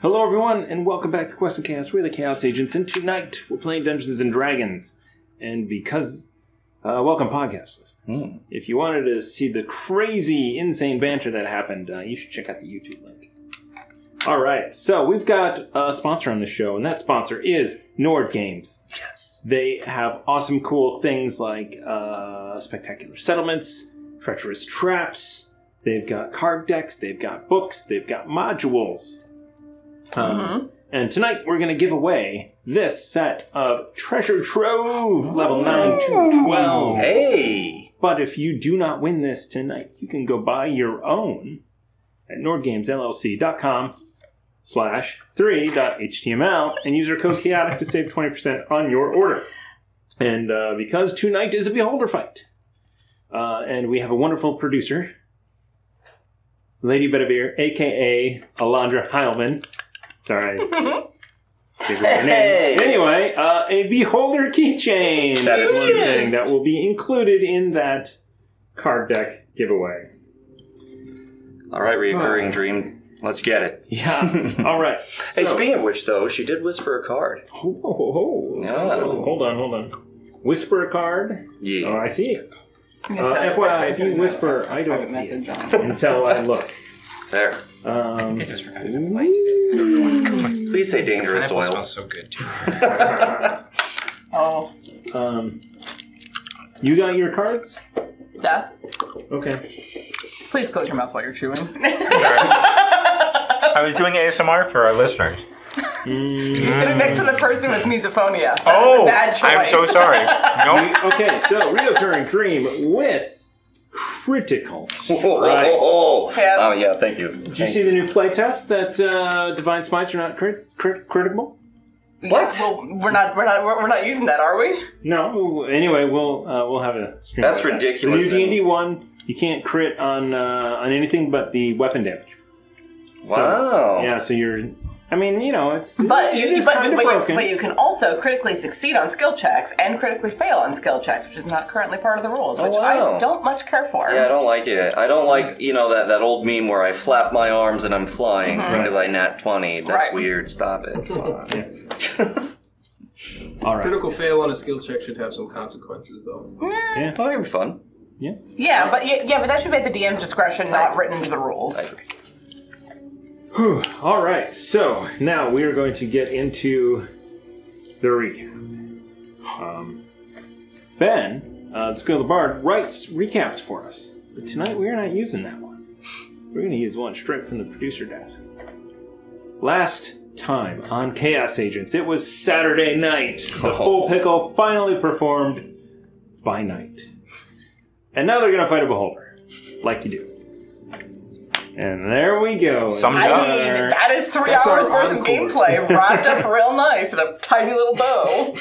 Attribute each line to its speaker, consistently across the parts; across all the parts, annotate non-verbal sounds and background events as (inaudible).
Speaker 1: Hello, everyone, and welcome back to Quest and Chaos. We're the Chaos Agents, and tonight we're playing Dungeons and Dragons. And because, uh, welcome, podcast listeners. If you wanted to see the crazy, insane banter that happened, uh, you should check out the YouTube link. All right, so we've got a sponsor on the show, and that sponsor is Nord Games. Yes, they have awesome, cool things like uh, spectacular settlements, treacherous traps. They've got card decks, they've got books, they've got modules. Um, And tonight we're going to give away this set of Treasure Trove level 9 to 12.
Speaker 2: Hey!
Speaker 1: But if you do not win this tonight, you can go buy your own at nordgamesllc.com slash 3.html and use our code chaotic to save 20% on your order. And uh, because tonight is a beholder fight, uh, and we have a wonderful producer, Lady Bedivere, a.k.a. Alondra Heilman. (laughs) Sorry. Gave her her name. Anyway, uh, a beholder keychain. That is one thing that will be included in that card deck giveaway.
Speaker 2: All right, reoccurring dream. Let's get it.
Speaker 1: Yeah. (laughs) All right.
Speaker 2: Hey,
Speaker 1: So-
Speaker 2: speaking of which, though, she did whisper a card.
Speaker 1: Oh, oh, oh.
Speaker 2: Oh.
Speaker 1: Hold on, hold on. Whisper a card.
Speaker 2: Yeah.
Speaker 1: Oh, I see it. Uh, FYI, if you whisper, I don't see it until I look.
Speaker 2: There.
Speaker 1: Um,
Speaker 3: Just forgot to light today.
Speaker 2: Please say dangerous
Speaker 3: Pineapple
Speaker 2: oil.
Speaker 3: smells so good too.
Speaker 4: Oh,
Speaker 1: um, you got your cards?
Speaker 4: duh.
Speaker 1: Okay.
Speaker 4: Please close your mouth while you're
Speaker 1: (laughs)
Speaker 4: chewing.
Speaker 5: I was doing ASMR for our listeners.
Speaker 4: You're sitting next to the person
Speaker 1: Mm.
Speaker 4: with misophonia. That was a
Speaker 5: Oh,
Speaker 4: bad choice.
Speaker 5: I'm so sorry. No,
Speaker 1: Okay, so reoccurring dream with critical.
Speaker 2: Whoa,
Speaker 1: Right.
Speaker 2: Oh, oh, oh.
Speaker 4: Yeah.
Speaker 2: Oh, yeah, thank you.
Speaker 1: Did you see the new playtest that uh, divine smites are not crit- crit- critical?
Speaker 2: What?
Speaker 4: Well, we're not, we're not, we're, we're not using that, are we?
Speaker 1: No. Anyway, we'll uh, we'll have a stream.
Speaker 2: That's
Speaker 1: about that. The new
Speaker 2: ridiculous,
Speaker 1: D
Speaker 2: then.
Speaker 1: and D one, you can't crit on uh, on anything but the weapon damage. So,
Speaker 2: Wow.
Speaker 1: yeah, so you're. I mean, you know, it's
Speaker 4: But
Speaker 1: it
Speaker 4: you,
Speaker 1: is
Speaker 4: but,
Speaker 1: kind of
Speaker 4: but,
Speaker 1: broken.
Speaker 4: you, but you can also critically succeed on skill checks and critically fail on skill checks, which is not currently part of the rules,
Speaker 2: Oh,
Speaker 4: which
Speaker 2: wow.
Speaker 4: I don't much care for.
Speaker 2: Yeah, I don't like it. I don't like, you know, that, that old meme where I flap my arms and I'm flying because I nat 20. That's
Speaker 4: Right.
Speaker 2: weird. Stop it. Come on.
Speaker 1: All right.
Speaker 5: critical fail on a skill check should have some consequences, though.
Speaker 2: Well, that'd be fun.
Speaker 4: yeah, but yeah, yeah, but that should be at the DM's discretion, not written into the rules.
Speaker 1: Whew. (sighs) All right. So now we are going to get into the recap. Um, ben, uh, the School of the Bard, writes recaps for us, but tonight we are not using that one. We're going to use one straight from the producer desk. Last time on Chaos Agents. It was Saturday night. The full pickle finally performed by night. And now they're going to fight a beholder, like you do. And there we go.
Speaker 4: I mean, that is three
Speaker 1: That's our
Speaker 4: hours worth of
Speaker 1: encore. (laughs)
Speaker 4: gameplay wrapped up real nice in a tiny little bow.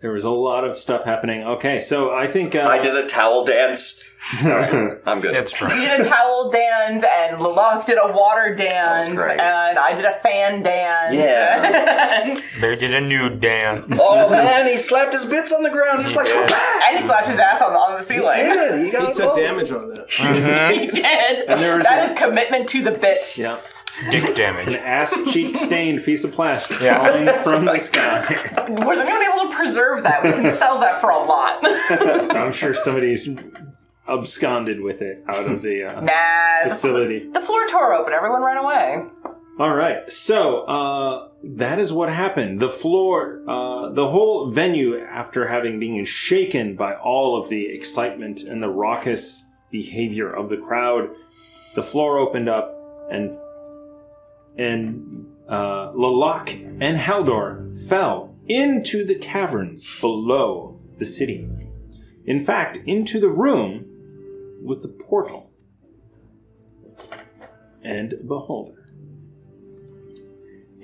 Speaker 1: There was a lot of stuff happening. Okay, so I think. Uh,
Speaker 2: I did a towel
Speaker 1: (laughs)
Speaker 2: dance. All right, I'm good. That's true.
Speaker 4: You did a towel dance, and Lalak did a water dance,
Speaker 2: great.
Speaker 4: and I did a fan dance.
Speaker 2: Yeah.
Speaker 5: They did a nude dance.
Speaker 2: Oh man, he slapped his bits on the ground. He was like, "Come back!"
Speaker 4: (laughs) and he slapped his ass on the, on the ceiling.
Speaker 2: He did. He got He took both.
Speaker 6: damage on that.
Speaker 4: he (laughs) did.
Speaker 1: And there was
Speaker 4: That
Speaker 1: a-
Speaker 4: is commitment to the bit.
Speaker 1: Yeah.
Speaker 5: Dick damage.
Speaker 1: An ass cheek stained piece of plastic
Speaker 5: Yeah.
Speaker 2: (laughs)
Speaker 1: falling from the sky. (laughs)
Speaker 4: We're going to be able to preserve that. We can sell that for a lot.
Speaker 1: (laughs) I'm sure somebody's absconded with it out of the uh,
Speaker 4: nah.
Speaker 1: facility.
Speaker 4: The floor tore open. Everyone ran away.
Speaker 1: All right, so uh, that is what happened. The floor, uh, the whole venue, after having been shaken by all of the excitement and the raucous behavior of the crowd, the floor opened up, and and uh, Lalak and Haldor fell into the caverns below the city. In fact, into the room with the portal. And beholder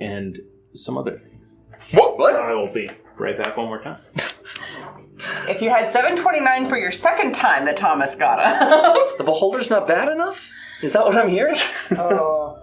Speaker 1: and some other things.
Speaker 2: What?
Speaker 1: I will be right back one more time.
Speaker 4: If you had 729 for your second time that Thomas got up,
Speaker 2: The beholder's not bad enough. Is that what I'm
Speaker 4: (laughs)
Speaker 2: hearing?
Speaker 4: Oh.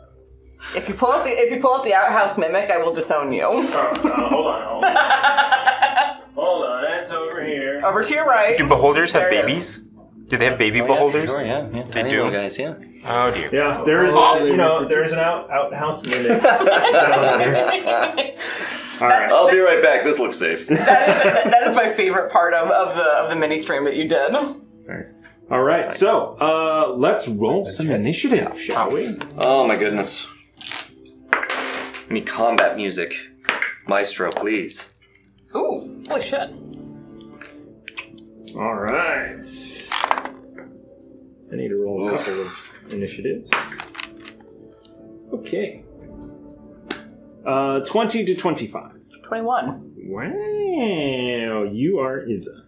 Speaker 4: if you pull up the if you pull up the outhouse mimic, I will disown you.
Speaker 1: Uh, hold on, hold on, hold on. That's over here.
Speaker 4: Over to your right.
Speaker 5: Do beholders have
Speaker 4: There it is.
Speaker 5: babies? Do they have baby beholders? Sure,
Speaker 2: Oh, yeah, yeah.
Speaker 5: They do,
Speaker 2: guys. Yeah.
Speaker 5: Oh dear.
Speaker 1: Yeah, there is
Speaker 5: Oh,
Speaker 1: a, you know there is an out outhouse mimic. (laughs) All right.
Speaker 2: I'll be right back. This looks safe.
Speaker 4: (laughs) That is, that- that is my favorite part of, of the of the mini stream that you did.
Speaker 1: All right, so uh, let's roll some initiative, shall we?
Speaker 2: Oh my goodness. I need combat music. Maestro, please.
Speaker 4: Ooh, holy shit.
Speaker 1: All right. I need to roll a couple of initiatives. Okay. Uh, twenty to twenty-five.
Speaker 4: 21.
Speaker 1: Wow, you are Izza.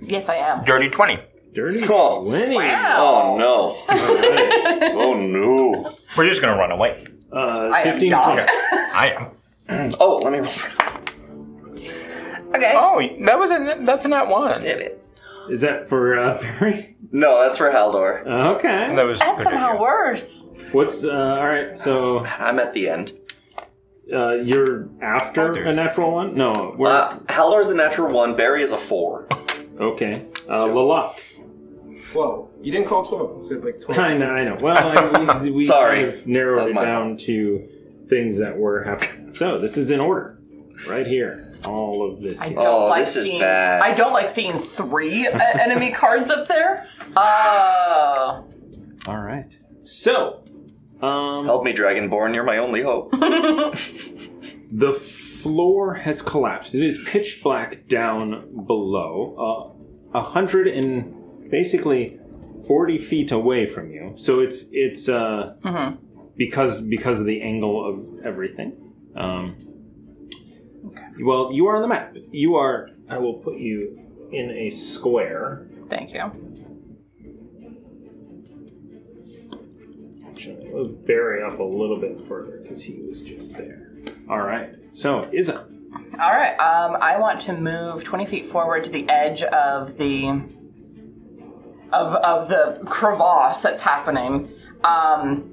Speaker 4: Yes, I am.
Speaker 5: Dirty twenty.
Speaker 1: Dirty
Speaker 2: Oh,
Speaker 1: twenty.
Speaker 2: Oh no. (laughs) oh no.
Speaker 5: We're just gonna run away.
Speaker 1: Uh,
Speaker 4: I am 15 to not. 20.
Speaker 5: I
Speaker 2: am. Oh, let me roll for
Speaker 4: Okay.
Speaker 5: Oh, that was a that's not one.
Speaker 2: It is.
Speaker 1: Is that for uh, (laughs) Barry? Uh,
Speaker 2: No, that's for Haldor.
Speaker 1: Okay.
Speaker 5: That was
Speaker 4: That's somehow worse.
Speaker 1: What's uh, all right? So
Speaker 2: I'm at the end.
Speaker 1: Uh, you're after a natural one? No. We're,
Speaker 2: Oh, Uh, Haldor's the natural one. Barry is a four.
Speaker 1: okay. Uh, Lalak.
Speaker 6: 12. You didn't call 12. You said like 12.
Speaker 1: (laughs) I know. I know. Well, I, we, we
Speaker 2: Sorry.
Speaker 1: kind of narrowed
Speaker 2: was
Speaker 1: it
Speaker 2: my
Speaker 1: down to things that were happening. So this is in order, right here. All of Oh, this.
Speaker 4: I
Speaker 1: here.
Speaker 4: don't like seeing, I don't like seeing three uh, enemy (laughs) cards up there. Uh,
Speaker 1: All right. So, um,
Speaker 2: help me, Dragonborn. You're my only hope.
Speaker 1: The floor has collapsed. It is pitch black down below, uh, a hundred and basically forty feet away from you. So it's it's uh,
Speaker 4: mhm.
Speaker 1: because because of the angle of everything. Um, Well, you are on the map. You are. I will put you in a square.
Speaker 4: Thank you.
Speaker 1: Actually, we'll bury up a little bit further because he was just there. All right. So Izza.
Speaker 4: All right. Um, I want to move 20 feet forward to the edge of the of of the crevasse that's happening. Um,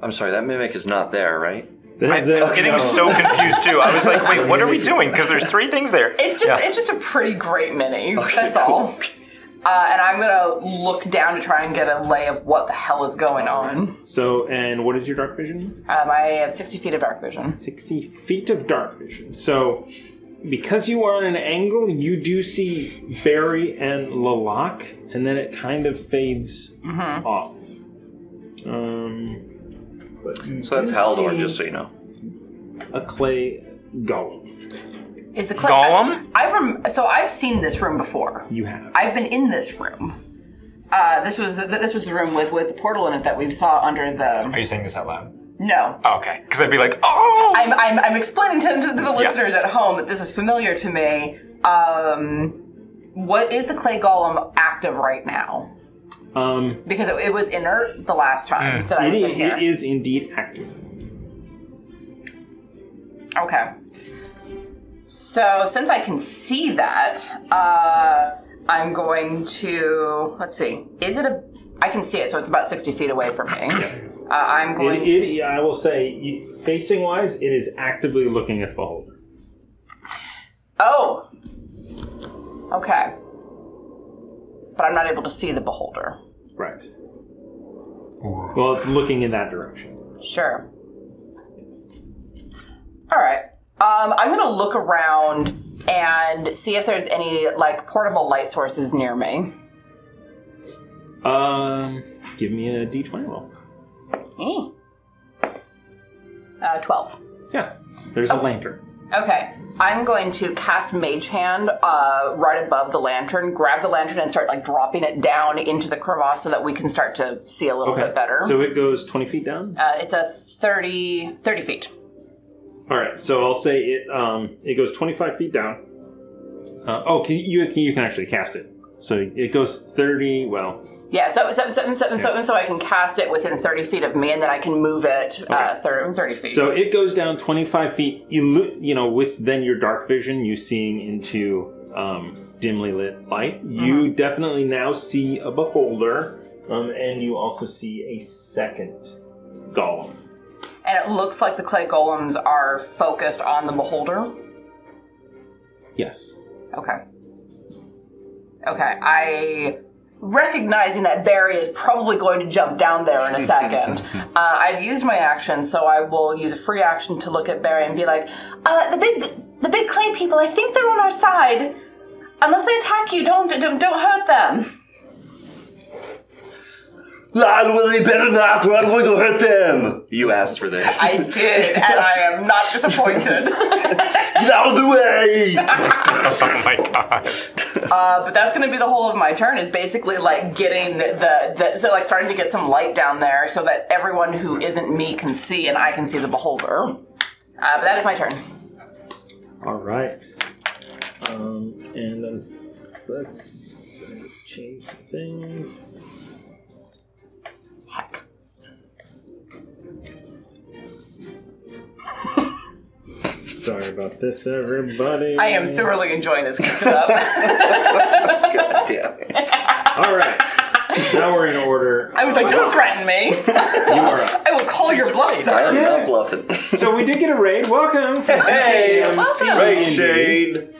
Speaker 2: I'm sorry, that mimic is not there, right?
Speaker 5: I, am getting so confused too. I was like, wait, what are we doing? Because there's three things there.
Speaker 4: it's just
Speaker 5: Yeah.
Speaker 4: it's just a pretty great mini. that's all. Uh, and I'm gonna look down to try and get a lay of what the hell is going on.
Speaker 1: So and what is your dark vision?
Speaker 4: Um, I have 60 feet of dark vision.
Speaker 1: 60 feet of dark vision. So, because you are on an angle, you do see Barry and Lalak, and then it kind of fades
Speaker 4: Mhm.
Speaker 1: off. Um, but you
Speaker 2: So that's
Speaker 1: do
Speaker 2: Haldor,
Speaker 1: see
Speaker 2: just so you know.
Speaker 1: A clay golem.
Speaker 4: Is the clip
Speaker 1: Gollum?
Speaker 4: I, I rem- so I've seen this room before.
Speaker 1: You have.
Speaker 4: I've been in this room. Uh, this was th- this was the room with with the portal in it that we saw under the.
Speaker 5: Are you saying this out loud?
Speaker 4: No.
Speaker 5: Oh, okay, because I'd be like, oh,
Speaker 4: I'm, I'm, I'm explaining to, to the listeners at home that this is familiar to me. Um, what is the clay golem active right now?
Speaker 1: Um,
Speaker 4: Because it, it was inert the last time that I
Speaker 1: it,
Speaker 4: was in
Speaker 1: is,
Speaker 4: here.
Speaker 1: it is indeed active.
Speaker 4: Okay. So since I can see that, uh, I'm going to let's see. Is it a? I can see it, so it's about sixty feet away from me. Uh, I'm going.
Speaker 1: It, it, I will say, you- facing wise, it is actively looking at the beholder.
Speaker 4: Oh. Okay. But I'm not able to see the beholder.
Speaker 1: Right. Well, it's looking in that direction.
Speaker 4: Sure. All right. Um, I'm going to look around and see if there's any like portable light sources near me.
Speaker 1: Um, give me a d20 roll.
Speaker 4: Mm. Uh, Twelve.
Speaker 1: Yes. There's
Speaker 4: Oh.
Speaker 1: a lantern.
Speaker 4: Okay. I'm going to cast Mage Hand uh, right above the lantern, grab the lantern, and start like dropping it down into the crevasse so that we can start to see a little bit better.
Speaker 1: So it goes 20 feet down?
Speaker 4: uh, it's a 30, 30 feet.
Speaker 1: All right. So I'll say it. Um, it goes 25 feet down. Uh, oh, can you can, you can actually cast it. So it goes 30. Well,
Speaker 4: Yeah, so so, so, so, so, so I can cast it within 30 feet of me, and then I can move it uh, 30, 30 feet.
Speaker 1: so it goes down 25 feet. Illu- you know, with then your dark vision, you seeing into um, dimly lit light.
Speaker 4: Mm-hmm.
Speaker 1: You definitely now see a beholder, um, and you also see a second golem.
Speaker 4: and it looks like the clay golems are focused on the beholder.
Speaker 1: Yes.
Speaker 4: Okay. Okay, I recognizing that Barry is probably going to jump down there in a second. uh, I've used my action, so I will use a free action to look at Barry and be like, uh, "The big, the big clay people. I think they're on our side. Unless they attack you, don't don't don't hurt them."
Speaker 2: Lad, well, they better not. We're going to hurt them. You asked for this.
Speaker 4: I did, and I am not disappointed.
Speaker 2: Get (laughs) out of the way!
Speaker 5: oh my god.
Speaker 4: Uh, but that's going to be the whole of my turn. Is basically like getting the, the so like starting to get some light down there so that everyone who isn't me can see and I can see the beholder. Uh, but that is my turn.
Speaker 1: All right. Um, and then f- let's uh, change things.
Speaker 4: Heck.
Speaker 1: Sorry about this, everybody.
Speaker 4: I am thoroughly enjoying this kick it up.
Speaker 1: All right. Now we're in order.
Speaker 4: I was like, don't threaten me.
Speaker 1: You are up.
Speaker 4: I will call your bluff, sir.
Speaker 1: I am not
Speaker 2: bluffing.
Speaker 1: So we did get a raid. Welcome.
Speaker 2: Hey,
Speaker 4: Welcome.
Speaker 2: Raid Shade.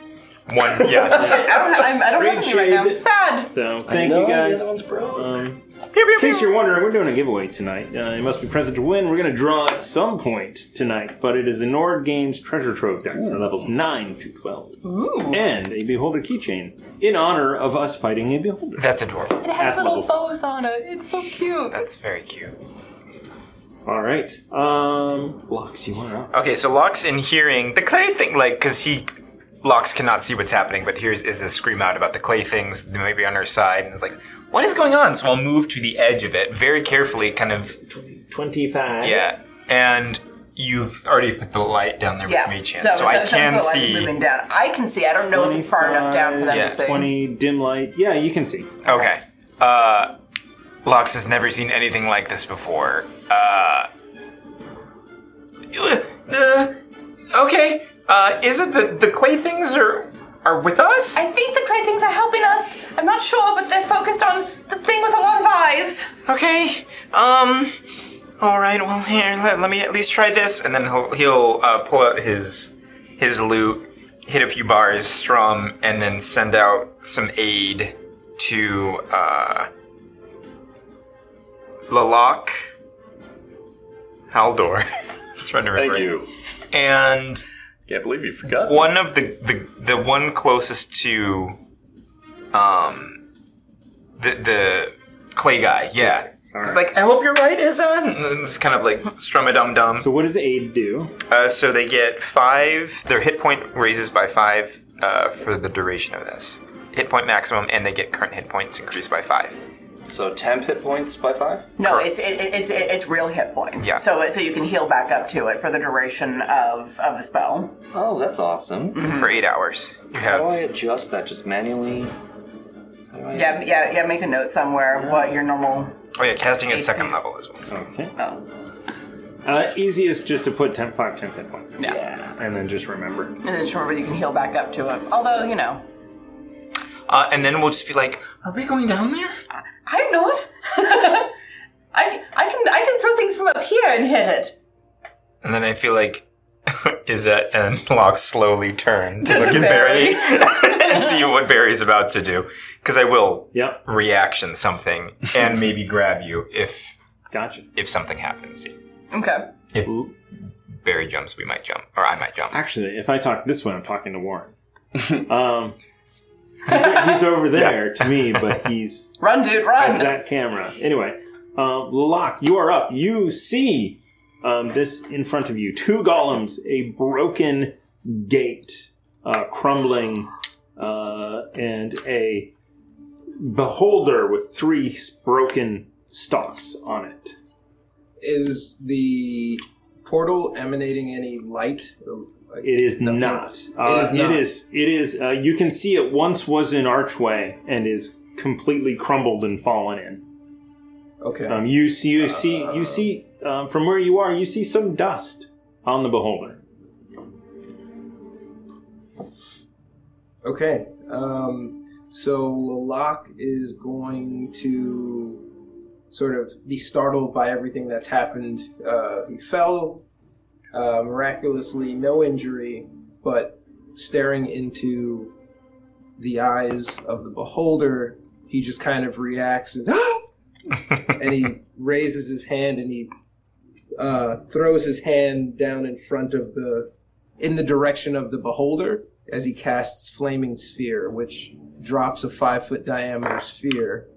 Speaker 5: One, yeah.
Speaker 4: I don't, have, I'm, I don't have any right now. Sad.
Speaker 1: So
Speaker 4: I
Speaker 1: thank
Speaker 4: know,
Speaker 1: you
Speaker 4: the
Speaker 1: guys.
Speaker 4: other
Speaker 1: Um, in case you're wondering, we're doing a giveaway tonight. Uh, it must be present to win. We're going to draw at some point tonight, but it is a Nord Games Treasure Trove deck for levels nine to twelve,
Speaker 4: Ooh.
Speaker 1: and a Beholder keychain in honor of us fighting a Beholder.
Speaker 5: That's adorable.
Speaker 4: It has little bows on it. It's so cute. That's
Speaker 5: very cute.
Speaker 1: All right. Um, Locks, you are up.
Speaker 5: Okay, so Locks in hearing the clay thing, like, because he. Locks cannot see what's happening, but here's is a scream out about the clay things that may be on her side, and it's like, what is going on? So I'll move to the edge of it very carefully, kind of.
Speaker 1: 25.
Speaker 5: Yeah. And you've already put the light down there
Speaker 4: Yeah.
Speaker 5: with me, Chan, so, I can
Speaker 4: so light is
Speaker 5: see.
Speaker 4: Moving down. I can see. I don't know if it's far enough down for them to see.
Speaker 1: 20 dim light. Yeah, you can see.
Speaker 5: Okay. Uh, Lux has never seen anything like this before. Uh, uh, okay. Uh, is it the, the clay things are are with us?
Speaker 4: I think the clay things are helping us. I'm not sure, but they're focused on the thing with a lot of eyes.
Speaker 5: Okay. Um. All right. Well, here. Let, let me at least try this, and then he'll he'll uh, pull out his his lute, hit a few bars, strum, and then send out some aid to uh, Lalak Haldor. (laughs) Just trying to remember. Thank you. And
Speaker 2: can't believe you forgot
Speaker 5: one of the the the one closest to um the the clay guy. Yeah. It's like, I hope you're right, Izan. It's kind of like strum a dum dum. So
Speaker 1: what does aid do?
Speaker 5: Uh, so they get five. Their hit point raises by five uh, for the duration of this hit point maximum, and they get current hit points increased by five.
Speaker 2: So temp hit points by five.
Speaker 4: No, it's it, it- it's it, it's real hit points.
Speaker 2: Yeah.
Speaker 4: So it- so you can heal back up to it for the duration of of the spell.
Speaker 2: Oh, that's awesome.
Speaker 5: For eight hours.
Speaker 2: How do I adjust that? Just manually?
Speaker 4: Yeah, yeah, yeah. Make a note somewhere of what your normal.
Speaker 5: Oh yeah, casting at second level as well.
Speaker 1: Okay. Uh, easiest just to put 10, 5, 10 hit points in.
Speaker 4: Yeah.
Speaker 1: And then just remember.
Speaker 4: And then just remember you can heal back up to it. Although you know,
Speaker 5: Uh, and then we'll just be like, are we going down there?
Speaker 4: I'm not. (laughs) I I can I can throw things from up here and hit it.
Speaker 5: And then I feel like (laughs) Izette and (laughs) Locke slowly turn to look at Barry (laughs) and see what Barry's about to do. Because I will reaction something and maybe grab you if
Speaker 1: gotcha.
Speaker 5: if something happens.
Speaker 4: Okay.
Speaker 5: If Barry jumps, we might jump. Or I might jump.
Speaker 1: Actually, if I talk this way, I'm talking to Warren. um, he's, he's over there to me, but he's
Speaker 4: run, dude, (laughs)
Speaker 1: run. That camera. Anyway, um, Locke, you are up. You see um, this in front of you: two golems, a broken gate, uh, crumbling, uh, and a beholder with three s- broken stalks on it.
Speaker 7: Is the portal emanating any light?
Speaker 1: It is not. Uh,
Speaker 7: It is
Speaker 1: It
Speaker 7: not.
Speaker 1: is. It is. Uh, you can see it once was an archway and is completely crumbled and fallen in.
Speaker 7: Okay.
Speaker 1: Um, you see. You see.
Speaker 7: Uh.
Speaker 1: You see. Um, from where you are, you see some dust on the beholder.
Speaker 7: Okay. Um, so Lalak is going to sort of be startled by everything that's happened. Uh, he fell uh, miraculously, no injury, but staring into the eyes of the beholder, he just kind of reacts and, "Ah!" and he raises his hand and he uh, throws his hand down in front of the in the direction of the beholder as he casts flaming sphere, which drops a five foot diameter sphere.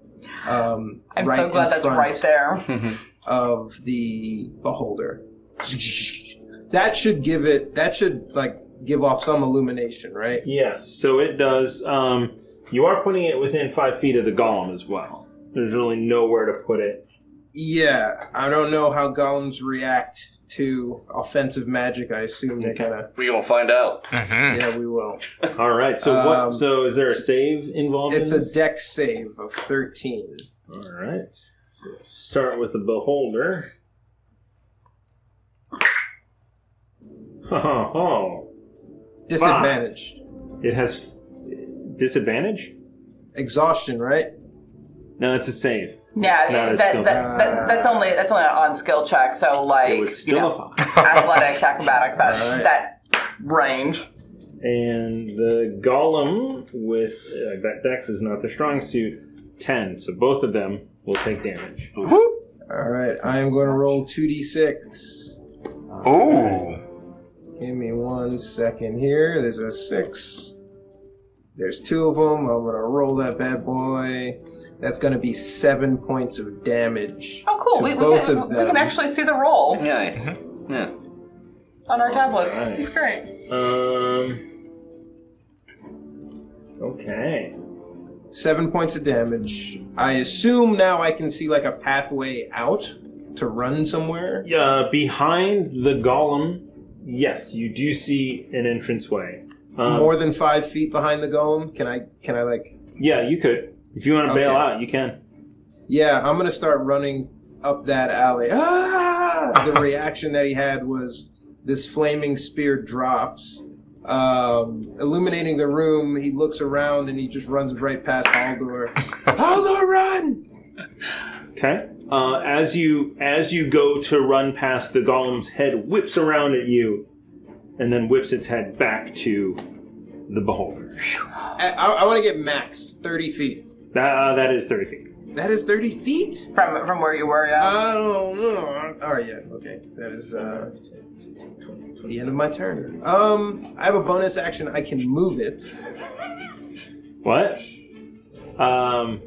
Speaker 7: Um,
Speaker 4: I'm
Speaker 7: right
Speaker 4: so glad
Speaker 7: in
Speaker 4: that's
Speaker 7: front
Speaker 4: right there.
Speaker 7: of the beholder. That should give it. That should like give off some illumination, right?
Speaker 1: Yes. So it does. Um, you are putting it within five feet of the golem as well. There's really nowhere to put it.
Speaker 7: Yeah, I don't know how golems react to offensive magic. I assume they kind of.
Speaker 2: We gonna find out.
Speaker 5: Mm-hmm.
Speaker 7: Yeah, we will.
Speaker 1: All right. So what?
Speaker 7: Um,
Speaker 1: So is there a save involved?
Speaker 7: It's
Speaker 1: in
Speaker 7: a
Speaker 1: this?
Speaker 7: deck save of thirteen.
Speaker 1: All right. So we'll start with the beholder. Ho, ho, ho.
Speaker 7: Disadvantaged.
Speaker 1: Five. It has disadvantage.
Speaker 7: Exhaustion, right?
Speaker 1: No, it's a save.
Speaker 4: Yeah,
Speaker 1: It's not a
Speaker 4: that, that,
Speaker 1: skill.
Speaker 4: that- that's only that's only on skill check. So like
Speaker 1: It was still
Speaker 4: you know,
Speaker 1: a
Speaker 4: athletics, acrobatics, that
Speaker 1: Alright.
Speaker 4: that range.
Speaker 1: And the golem with uh, that dex is not their strong suit. Ten. So both of them will take damage.
Speaker 7: All right, I am going to roll two d six.
Speaker 5: Ooh.
Speaker 7: Give me one second here. There's a six. There's two of them. I'm going to roll that bad boy. That's going to be seven points of damage.
Speaker 4: Oh, cool.
Speaker 7: To
Speaker 4: We, we,
Speaker 7: both
Speaker 4: can,
Speaker 7: of
Speaker 4: we can
Speaker 7: them.
Speaker 4: actually see the roll
Speaker 2: Nice. Yeah.
Speaker 4: on our tablets.
Speaker 1: Alright.
Speaker 4: It's great.
Speaker 1: Um. Okay.
Speaker 7: Seven points of damage. I assume now I can see like a pathway out to run somewhere.
Speaker 1: Uh, behind the golem, yes, you do see an entranceway. Um,
Speaker 7: More than five feet behind the golem. Can I? Can I like?
Speaker 1: Yeah, you could. If you want to bail
Speaker 7: Okay.
Speaker 1: out, you can.
Speaker 7: Yeah, I'm gonna start running up that alley. Ah! The reaction that he had was this flaming spear drops, um, illuminating the room. He looks around and he just runs right past Haldor. Haldor, run!
Speaker 1: Okay. Uh, as you as you go to run past the golem's head, whips around at you, and then whips its head back to the beholder.
Speaker 7: I, want to get max thirty feet.
Speaker 1: That uh, that is thirty feet.
Speaker 7: That is thirty feet
Speaker 4: from from where you were. Yeah.
Speaker 7: I don't know. All right, yeah, okay. That is uh, the end of my turn. Um, I have a bonus action. I can move it.
Speaker 1: What? Um,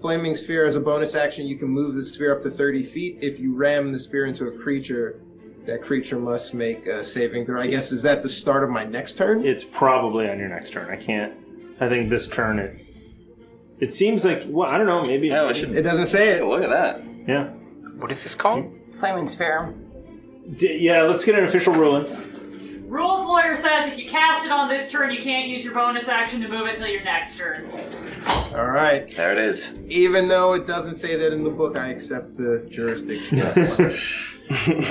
Speaker 7: Flaming Sphere as a bonus action, you can move the sphere up to 30 feet. If you ram the spear into a creature, that creature must make a saving throw. I guess, is that the start of my next turn?
Speaker 1: It's probably on your next turn. I can't. I think this turn it It seems like well, I don't know. Maybe no, it should.
Speaker 5: It doesn't say it.
Speaker 2: Look at that.
Speaker 1: Yeah.
Speaker 5: What is this called?
Speaker 4: Flaming sphere.
Speaker 1: D- yeah, let's get an official ruling.
Speaker 8: Rules lawyer says if you cast it on this turn, you can't use your bonus action to move it till your next turn.
Speaker 5: All right.
Speaker 2: There it is.
Speaker 7: Even though it doesn't say that in the book, I accept the jurisdiction.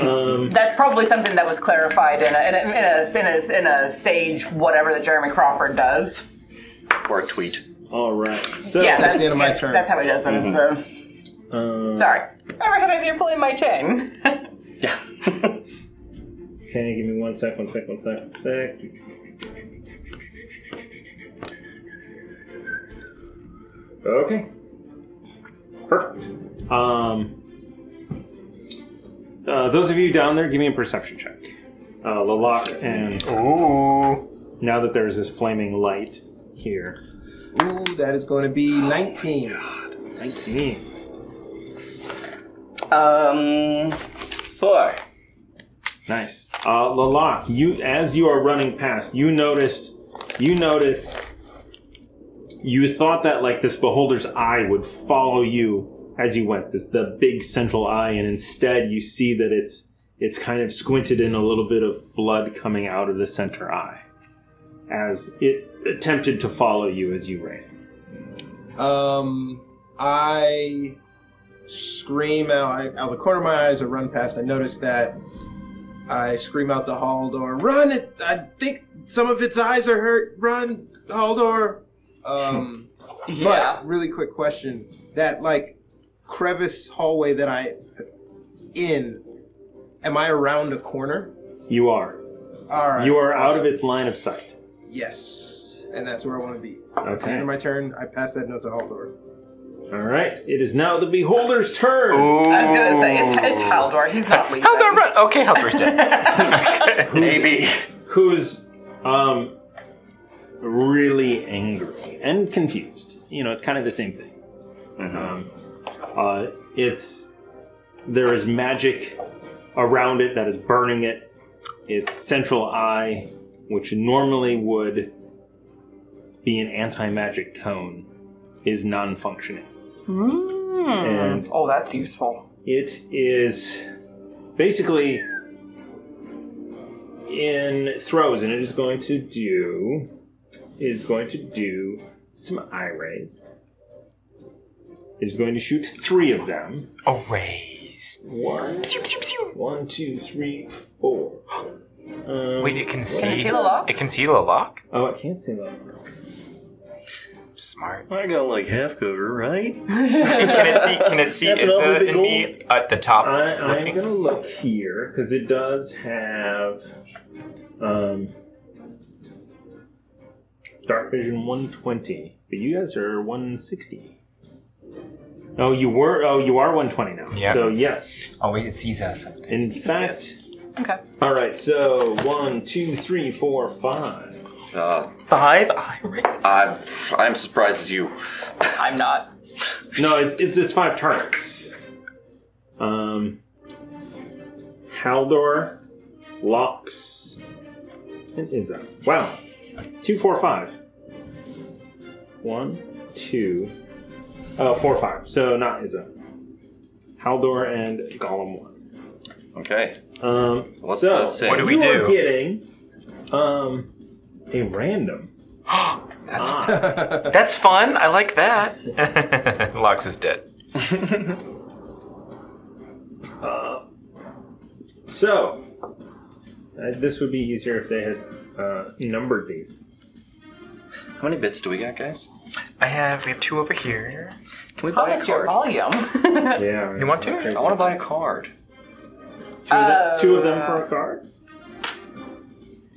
Speaker 1: um,
Speaker 4: That's probably something that was clarified in a in a, in a, in a, in a sage whatever that Jeremy Crawford does.
Speaker 2: Or a tweet.
Speaker 1: All right. So
Speaker 4: yeah, that's, That's how he does it. is the-
Speaker 1: Um,
Speaker 4: sorry, I recognize you're pulling my chain. (laughs)
Speaker 1: Okay, give me one sec, one sec, one sec, one sec. Okay. Perfect. Um, uh, those of you down there, give me a perception check. Uh, Lalak and.
Speaker 5: Ooh.
Speaker 1: Now that there's this flaming light here. Oh,
Speaker 7: Ooh, that is going to be 19.
Speaker 1: 19.
Speaker 2: Um, four.
Speaker 1: Nice. Uh, Lalak, you as you are running past, you noticed, you notice, you thought that like this beholder's eye would follow you as you went, this the big central eye, and instead you see that it's it's kind of squinted in a little bit of blood coming out of the center eye as it attempted to follow you as you ran.
Speaker 7: (laughs) Um, I scream out, I, out of the corner of my eyes, I run past. I notice that I scream out to Haldor, run! It, I think some of its eyes are hurt. Run, Haldor! Um, But, really quick question. That, like, crevice hallway that I in, am I around a corner?
Speaker 1: You are.
Speaker 7: All right.
Speaker 1: You are out of
Speaker 7: awesome.
Speaker 1: its line of sight.
Speaker 7: Yes. And that's where I want to be. That's the
Speaker 1: Okay.
Speaker 7: end of my turn. I pass that note to Haldor.
Speaker 1: All right. It is now the beholder's turn.
Speaker 4: I was gonna say it's, it's
Speaker 2: Oh.
Speaker 4: Haldor. He's not leaving.
Speaker 5: Haldor, run! Okay, Haldor's
Speaker 4: (laughs)
Speaker 5: dead.
Speaker 1: Maybe. Who's um really angry and confused. You know, it's kind of the same thing. Um, uh, it's there is magic around it that is burning it. Its central eye, which normally would be an anti-magic cone, is non-functioning.
Speaker 4: Mm.
Speaker 1: And-
Speaker 4: Oh, that's useful.
Speaker 1: It is basically in throws, and it is going to do. It is going to do some eye rays. It is going to shoot three of them.
Speaker 5: Arrays.
Speaker 1: One, one, two, three, four. Um,
Speaker 5: Wait, it can see.
Speaker 1: it see
Speaker 4: Laloc?
Speaker 5: It can see Laloc?
Speaker 1: Oh, I can't see that.
Speaker 5: Smart.
Speaker 2: I got like half cover, right?
Speaker 5: can it see? Can it see
Speaker 1: That's
Speaker 5: Izza
Speaker 1: another
Speaker 5: and me at the top?
Speaker 1: I, I'm
Speaker 5: looking?
Speaker 1: gonna look here because it does have um, dark vision 120, but you guys are 160. Oh, you were. Oh, you are 120 now.
Speaker 5: Yeah.
Speaker 1: So yes.
Speaker 5: Oh wait, it sees us.
Speaker 1: In fact.
Speaker 4: Okay.
Speaker 1: All right. So one, two, three, four, five.
Speaker 2: Uh,
Speaker 5: Five Ah, eye rays.
Speaker 2: I'm, I'm surprised as you.
Speaker 5: (laughs)
Speaker 4: I'm not.
Speaker 1: No, it's it's, it's five targets. Um, Haldor, Locks, and Izza. Wow, two, four, five. One, two, uh, four, five. So not Izza. Haldor and Gollum one.
Speaker 2: Okay.
Speaker 1: Um,
Speaker 2: What's
Speaker 1: so
Speaker 2: the save?
Speaker 5: What do we
Speaker 1: you are
Speaker 5: do?
Speaker 1: getting um a random.
Speaker 5: That's
Speaker 1: Ah.
Speaker 5: that's fun. I like that. (laughs) Lox is dead.
Speaker 1: Uh, so, uh, this would be easier if they had uh, numbered these.
Speaker 2: How many bits do we got, guys?
Speaker 5: I have. We have two over here.
Speaker 2: Can we buy
Speaker 4: How
Speaker 2: a
Speaker 4: is your
Speaker 2: card?
Speaker 4: volume? (laughs)
Speaker 1: Yeah.
Speaker 5: You want to?
Speaker 2: I want to buy a card.
Speaker 1: Two of, them, two of them for a card?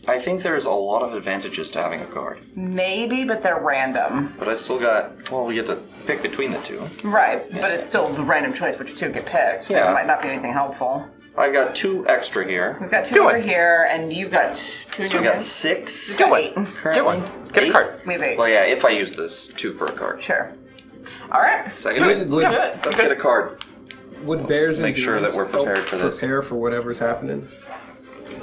Speaker 2: I think there's a lot of advantages to having a card,
Speaker 4: Maybe, but they're random.
Speaker 2: but I still got. Well, you get to pick between the two.
Speaker 4: Right, but it's still the random choice which two get picked. So
Speaker 2: Yeah.
Speaker 4: It might not be anything helpful.
Speaker 2: I've got two extra here.
Speaker 4: We've got two
Speaker 2: Do
Speaker 4: over
Speaker 2: it.
Speaker 4: here, and you've got two. in
Speaker 2: Still
Speaker 4: your
Speaker 2: got
Speaker 4: hand.
Speaker 2: six.
Speaker 4: We've got eight.
Speaker 2: Get one. Get a card.
Speaker 4: We have eight.
Speaker 2: Well, yeah. If I use this, two for a card.
Speaker 4: Sure. All right.
Speaker 2: Second.
Speaker 7: Do it. Yeah.
Speaker 2: Let's get a card.
Speaker 7: Would bears
Speaker 2: make sure that we're prepared for this.
Speaker 7: Prepare for whatever's happening.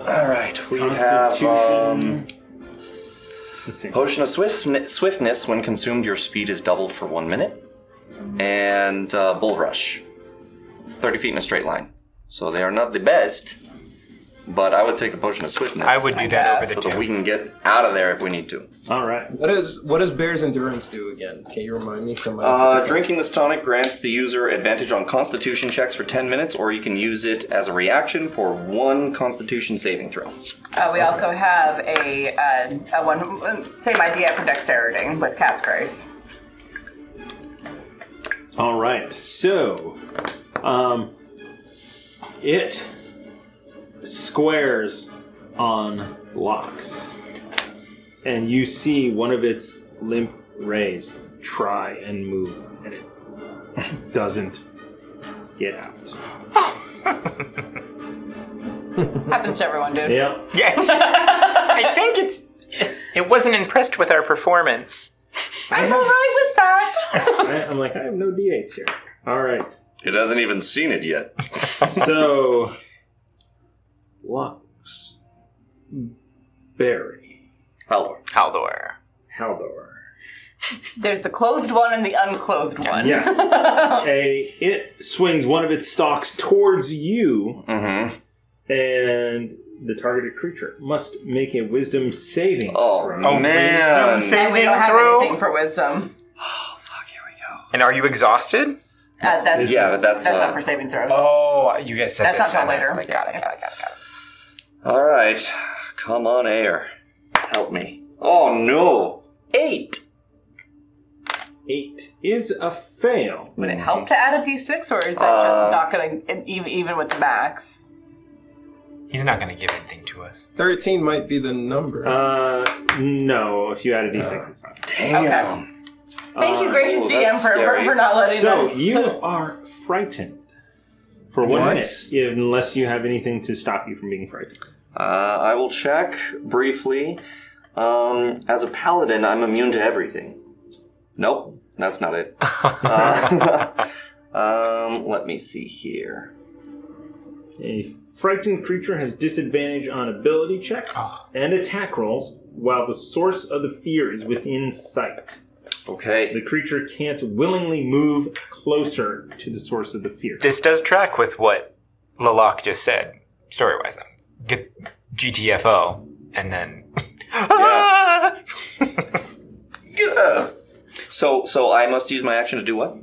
Speaker 2: All right. We uh,
Speaker 1: Constitution.
Speaker 2: have. Um, Potion of swift- swiftness. When consumed, your speed is doubled for one minute. And uh, bull rush, thirty feet in a straight line. So they are not the best, but I would take the potion of swiftness.
Speaker 5: I would do that over the
Speaker 2: so that
Speaker 5: two.
Speaker 2: we can get out of there if we need to.
Speaker 1: All right.
Speaker 7: What is what does Bear's endurance do again? Can you remind me? Somebody.
Speaker 2: Uh, drinking this tonic grants the user advantage on constitution checks for 10 minutes, or you can use it as a reaction for one constitution saving throw.
Speaker 4: Uh, we also have a, uh, a one same idea for dexterity with cat's grace.
Speaker 1: All right. So, um, it squares on locks, and you see one of its limp rays try and move, and it doesn't get out.
Speaker 4: Happens to everyone, dude.
Speaker 1: Yeah.
Speaker 5: Yes. (laughs) I think it's. It wasn't impressed with our performance.
Speaker 4: I'm alright
Speaker 2: (laughs)
Speaker 4: with that.
Speaker 1: I, I'm like, I have no d8s here. All right.
Speaker 9: It hasn't even seen it yet.
Speaker 1: so, locks, Barry,
Speaker 2: Haldor,
Speaker 5: Haldor,
Speaker 1: Haldor.
Speaker 4: There's the clothed one and the unclothed one.
Speaker 1: Yes. (laughs) a it swings one of its stalks towards you,
Speaker 9: Mm-hmm.
Speaker 1: and the targeted creature must make a wisdom saving.
Speaker 2: Oh,
Speaker 5: Oh, man. wisdom
Speaker 4: (laughs) and we
Speaker 5: saving
Speaker 4: don't have
Speaker 5: throw?
Speaker 4: anything for wisdom.
Speaker 5: And are you exhausted?
Speaker 4: Uh, that's
Speaker 2: Yeah, but that's,
Speaker 4: that's
Speaker 2: uh,
Speaker 4: not for saving throws.
Speaker 5: Oh, you guys said
Speaker 4: that's
Speaker 5: this.
Speaker 4: not
Speaker 5: and I
Speaker 4: till
Speaker 5: was
Speaker 4: later.
Speaker 5: like, got it, got it, got it, got it.
Speaker 2: All right. Come on, air. Help me. Oh, no. Eight.
Speaker 1: Eight is a fail.
Speaker 4: Would it help to add a d6, or is that
Speaker 1: Uh,
Speaker 4: just not going to even with the max?
Speaker 5: He's not going to give anything to us.
Speaker 7: Thirteen might be the number.
Speaker 1: Uh, no. If you add a d6, it's not.
Speaker 2: Damn.
Speaker 4: Thank you, gracious
Speaker 1: Oh,
Speaker 4: DM,
Speaker 1: that's
Speaker 4: for, for,
Speaker 1: scary.
Speaker 4: for not letting
Speaker 1: so
Speaker 4: us.
Speaker 1: you are frightened for one
Speaker 2: What?
Speaker 1: minute, unless you have anything to stop you from being frightened.
Speaker 2: Uh, I will check briefly. Um, as a paladin, I'm immune to everything. Nope, that's not
Speaker 9: (laughs)
Speaker 2: it. Uh, (laughs) um, let me see here.
Speaker 1: A frightened creature has disadvantage on ability checks and attack rolls while the source of the fear is within sight.
Speaker 2: Okay.
Speaker 1: The creature can't willingly move closer to the source of the fear.
Speaker 5: This does track with what Lalak just said, story wise, though. Get GTFO, and then. (laughs)
Speaker 2: Yeah. (laughs) So, so I must use my action to do what?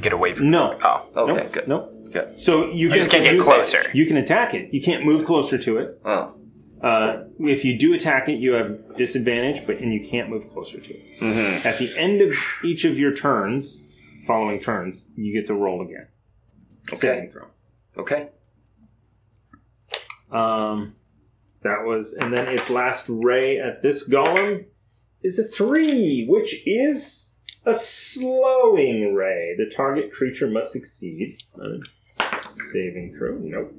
Speaker 5: Get away from.
Speaker 1: No.
Speaker 5: Oh.
Speaker 2: Okay.
Speaker 1: Nope,
Speaker 2: Good.
Speaker 1: Nope.
Speaker 2: Good.
Speaker 1: So you,
Speaker 5: You just can't get
Speaker 1: do that.
Speaker 5: closer.
Speaker 1: You can attack it. You can't move closer to it.
Speaker 2: Oh.
Speaker 1: Uh, if you do attack it, you have disadvantage, but and you can't move closer to it.
Speaker 2: Mhm.
Speaker 1: At the end of each of your turns, following turns, you get to roll again. Saving throw.
Speaker 2: Okay.
Speaker 1: Um, that was, and then its last ray at this golem is a three, which is a slowing ray. The target creature must succeed on a saving throw. Nope.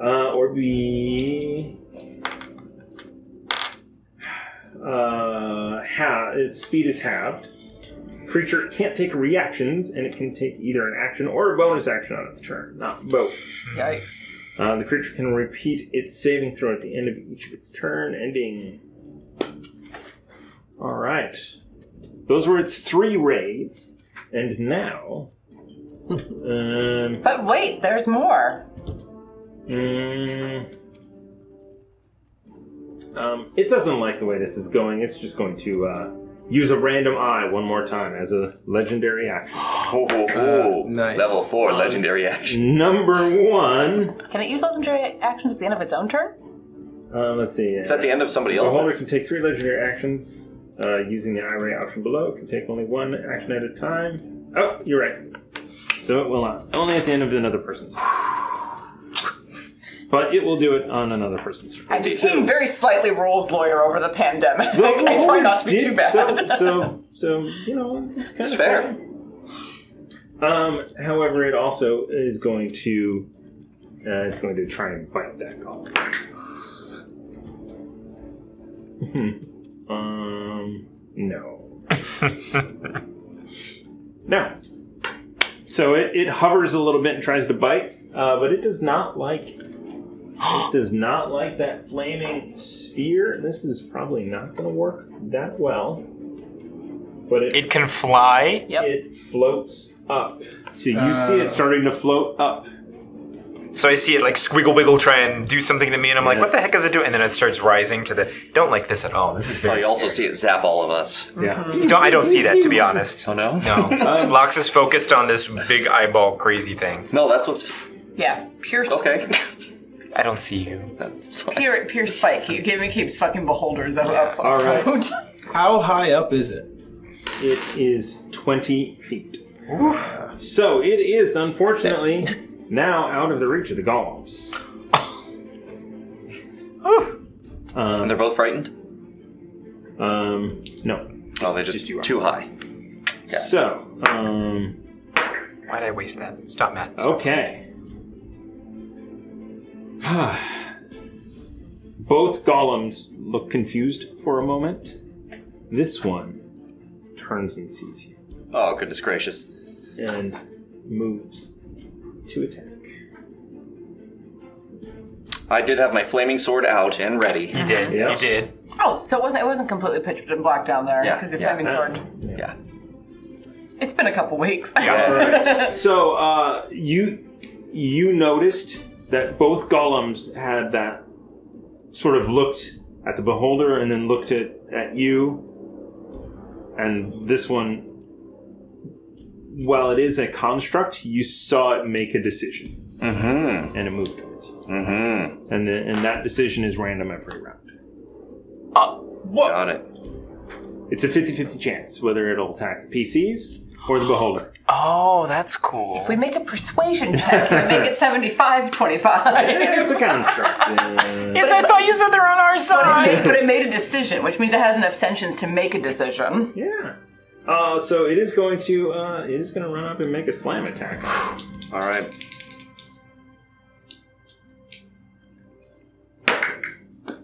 Speaker 1: Uh, or be. Uh, ha- its speed is halved. Creature can't take reactions, and it can take either an action or a bonus action on its turn. Not both.
Speaker 4: Yikes.
Speaker 1: Uh, the creature can repeat its saving throw at the end of each of its turn, ending. All right. Those were its three rays, and now. Um,
Speaker 4: But wait, there's more.
Speaker 1: mm, um, it doesn't like the way this is going. It's just going to uh, use a random eye one more time as a legendary action.
Speaker 9: Oh, oh,
Speaker 2: oh.
Speaker 7: nice.
Speaker 9: Level 4, legendary action.
Speaker 1: Number one.
Speaker 4: Can it use legendary actions at the end of its own turn?
Speaker 1: Uh, let's see.
Speaker 2: It's at the end of somebody
Speaker 1: The holder
Speaker 2: else's.
Speaker 1: can take three legendary actions uh, using the IRA option below. It Can take only one action at a time. Oh, you're right. So it will not. Only at the end of another person's. But it will do it on another person's turn.
Speaker 4: I'm seeing very slightly rules lawyer over the pandemic. (laughs) I try not to be too bad.
Speaker 1: (laughs) So, so, so you know, it's kind
Speaker 2: It's
Speaker 1: of
Speaker 2: fair.
Speaker 1: Um, however, it also is going to uh, it's going to try and bite that (laughs) golem. Hmm. um, no, no. So it, it hovers a little bit and tries to bite, uh, but it does not like It does not like that flaming sphere. This is probably not going to work that well. But it,
Speaker 5: it can fly.
Speaker 4: Yep.
Speaker 1: It floats up. So you see it starting to float up.
Speaker 5: So I see it like squiggle wiggle try and do something to me, and I'm like, what the heck is it doing? And then it starts rising to the. Don't like this at all. This is
Speaker 2: Oh,
Speaker 5: very.
Speaker 2: you also see it zap all of us.
Speaker 5: Yeah. Don't- I don't see that to be honest.
Speaker 2: (laughs) Oh no.
Speaker 5: No. Lox is focused on this big eyeball crazy thing.
Speaker 2: No, that's what's.
Speaker 4: Yeah, pure.
Speaker 2: Okay. (laughs)
Speaker 5: I don't see you.
Speaker 2: That's
Speaker 4: Pure, pure spike. He he keeps fucking beholders of. of
Speaker 1: All right.
Speaker 7: How high up is it?
Speaker 1: It is 20 feet. So it is, unfortunately, now out of the reach of the golems. Um,
Speaker 2: and they're both frightened?
Speaker 1: Um, no.
Speaker 2: Oh, they just, too high.
Speaker 1: So, um.
Speaker 5: Why'd I waste that? Stop, Matt.
Speaker 1: Oh.
Speaker 5: Stop.
Speaker 1: Okay. (sighs) Both golems look confused for a moment. This one turns and sees you
Speaker 2: Oh, goodness gracious.
Speaker 1: and moves to attack.
Speaker 2: I did have my flaming sword out and ready. You
Speaker 5: did.
Speaker 2: Yes.
Speaker 5: You did.
Speaker 4: Oh, so it wasn't it wasn't completely pitch and black down there
Speaker 2: Yeah,
Speaker 4: because
Speaker 2: yeah.
Speaker 4: your flaming sword.
Speaker 2: Yeah.
Speaker 4: It's been a couple weeks.
Speaker 2: (laughs)
Speaker 4: (laughs)
Speaker 1: Alright. so uh, you you noticed that both golems had that sort of looked at the beholder and then looked at, at you and this one while it is a construct you saw it make a decision
Speaker 2: Mm-hmm.
Speaker 1: and it moved towards you
Speaker 2: Mm-hmm.
Speaker 1: and, the, and that decision is random every round
Speaker 5: Oh. what?
Speaker 2: Got it.
Speaker 1: it's a 50-50 chance whether it'll attack the pcs or the
Speaker 2: (laughs)
Speaker 1: beholder
Speaker 5: Oh, that's cool.
Speaker 4: If we make a persuasion check, we make it 75 25.
Speaker 1: it's a construct
Speaker 5: Yes, I thought you said they're on our
Speaker 4: But it,
Speaker 5: side.
Speaker 4: made, but it made a decision, which means it has enough sentience to make a decision.
Speaker 1: Yeah. Uh, so it is going to uh, it is going to run up and make a slam attack.
Speaker 2: All right.
Speaker 4: I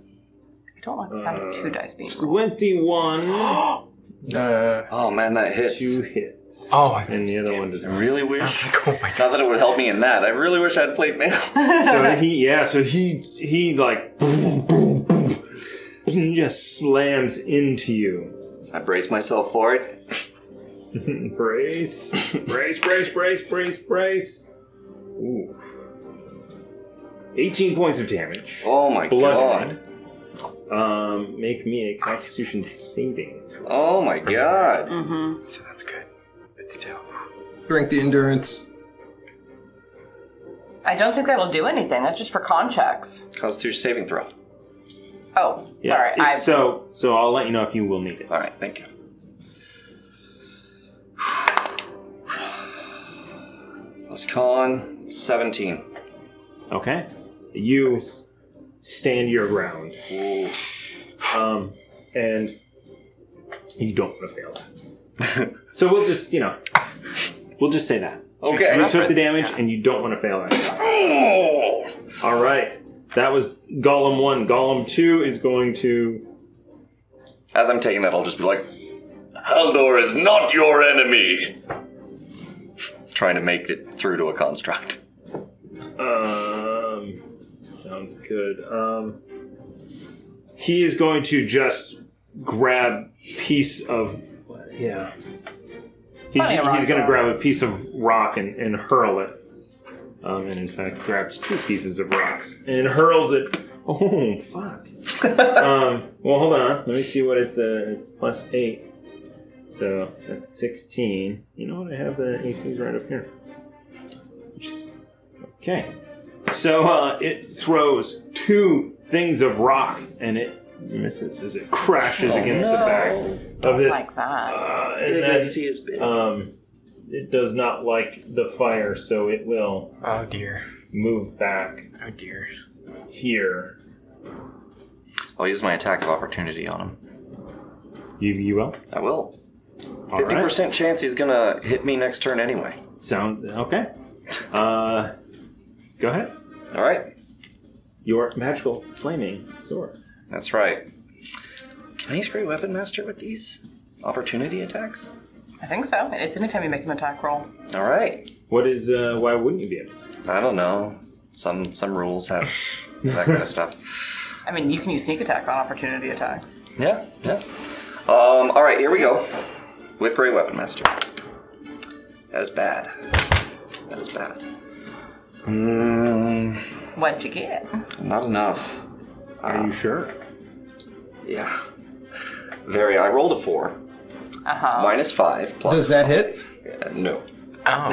Speaker 4: don't like the sound of two dice being rolled.
Speaker 1: Twenty-one.
Speaker 5: (gasps)
Speaker 2: oh man, that hits.
Speaker 1: Two hits.
Speaker 5: Oh, I
Speaker 1: and the other one does.
Speaker 2: I really wish.
Speaker 5: (laughs) Oh
Speaker 2: Not that it would help me in that. I really wish I'd played male.
Speaker 1: so
Speaker 5: (laughs)
Speaker 1: he yeah. So he he like boom boom boom, he just slams into you.
Speaker 2: I braced myself for it.
Speaker 1: brace, brace, brace, brace, brace, brace. Ooh. Eighteen points of damage.
Speaker 2: Oh my
Speaker 1: Blood. God. Um, make me a Constitution saving.
Speaker 2: Oh my god.
Speaker 4: Mm-hmm.
Speaker 5: So that's good. But still.
Speaker 7: Drink the endurance.
Speaker 4: I don't think that'll do anything. That's just for con checks.
Speaker 2: Constitution saving throw.
Speaker 4: Oh,
Speaker 1: Yeah,
Speaker 4: sorry.
Speaker 1: if-
Speaker 4: I,
Speaker 1: So so I'll let you know if you will need it.
Speaker 2: All right, thank you. Plus con, 17.
Speaker 1: Okay. You stand your ground. Um, and you don't want to fail that. (laughs) so we'll just, you know, we'll just say that.
Speaker 2: Okay.
Speaker 1: You took the damage and you don't want to fail that.
Speaker 2: Oh!
Speaker 1: All right. That was Golem 1. Golem 2 is going to.
Speaker 2: As I'm taking that, I'll just be like, Haldor is not your enemy! Trying to make it through to a construct.
Speaker 1: Um, sounds good. Um, he is going to just grab piece of. Yeah. He's,
Speaker 4: Plenty of rock
Speaker 1: he's going to
Speaker 4: there.
Speaker 1: grab a piece of rock and, and hurl it. Um, and in fact, grabs two pieces of rocks and hurls it. Oh,
Speaker 4: (laughs)
Speaker 1: fuck. um, well, hold on. Let me see what it's. Uh, it's plus eight. So that's 16. You know what? I have the ACs right up here. Which is. Okay. So uh, it throws two things of rock and it misses as it crashes
Speaker 2: Oh,
Speaker 1: against
Speaker 2: no.
Speaker 1: the back of this.
Speaker 4: like that.
Speaker 1: Uh, and then, Um, it does not like the fire, so it will
Speaker 5: Oh dear.
Speaker 1: move back
Speaker 5: Oh dear.
Speaker 1: here.
Speaker 2: I'll use my attack of opportunity on him.
Speaker 1: You, you will?
Speaker 2: I will.
Speaker 1: All right.
Speaker 2: 50% chance he's gonna hit me next turn anyway.
Speaker 1: Sound okay. Uh, go ahead.
Speaker 2: All right,
Speaker 1: Your magical flaming sword.
Speaker 2: that's right. Can I use Great Weapon Master with these opportunity attacks?
Speaker 4: I think so. It's anytime you make an attack roll.
Speaker 2: All right.
Speaker 1: What is? Uh, why wouldn't you be able?
Speaker 2: I don't know. Some some rules have that kind of stuff.
Speaker 4: I mean, you can use sneak attack on opportunity attacks.
Speaker 2: Yeah, yeah. Um, all right, here we go. With Great Weapon Master. That is bad. That is bad. Mm,
Speaker 4: What'd you get?
Speaker 2: not enough. Are
Speaker 1: you sure?
Speaker 2: Yeah. Very. I rolled a four.
Speaker 4: Uh huh.
Speaker 2: Minus five. Plus
Speaker 7: Does that hit?
Speaker 2: Yeah, no.
Speaker 5: Oh.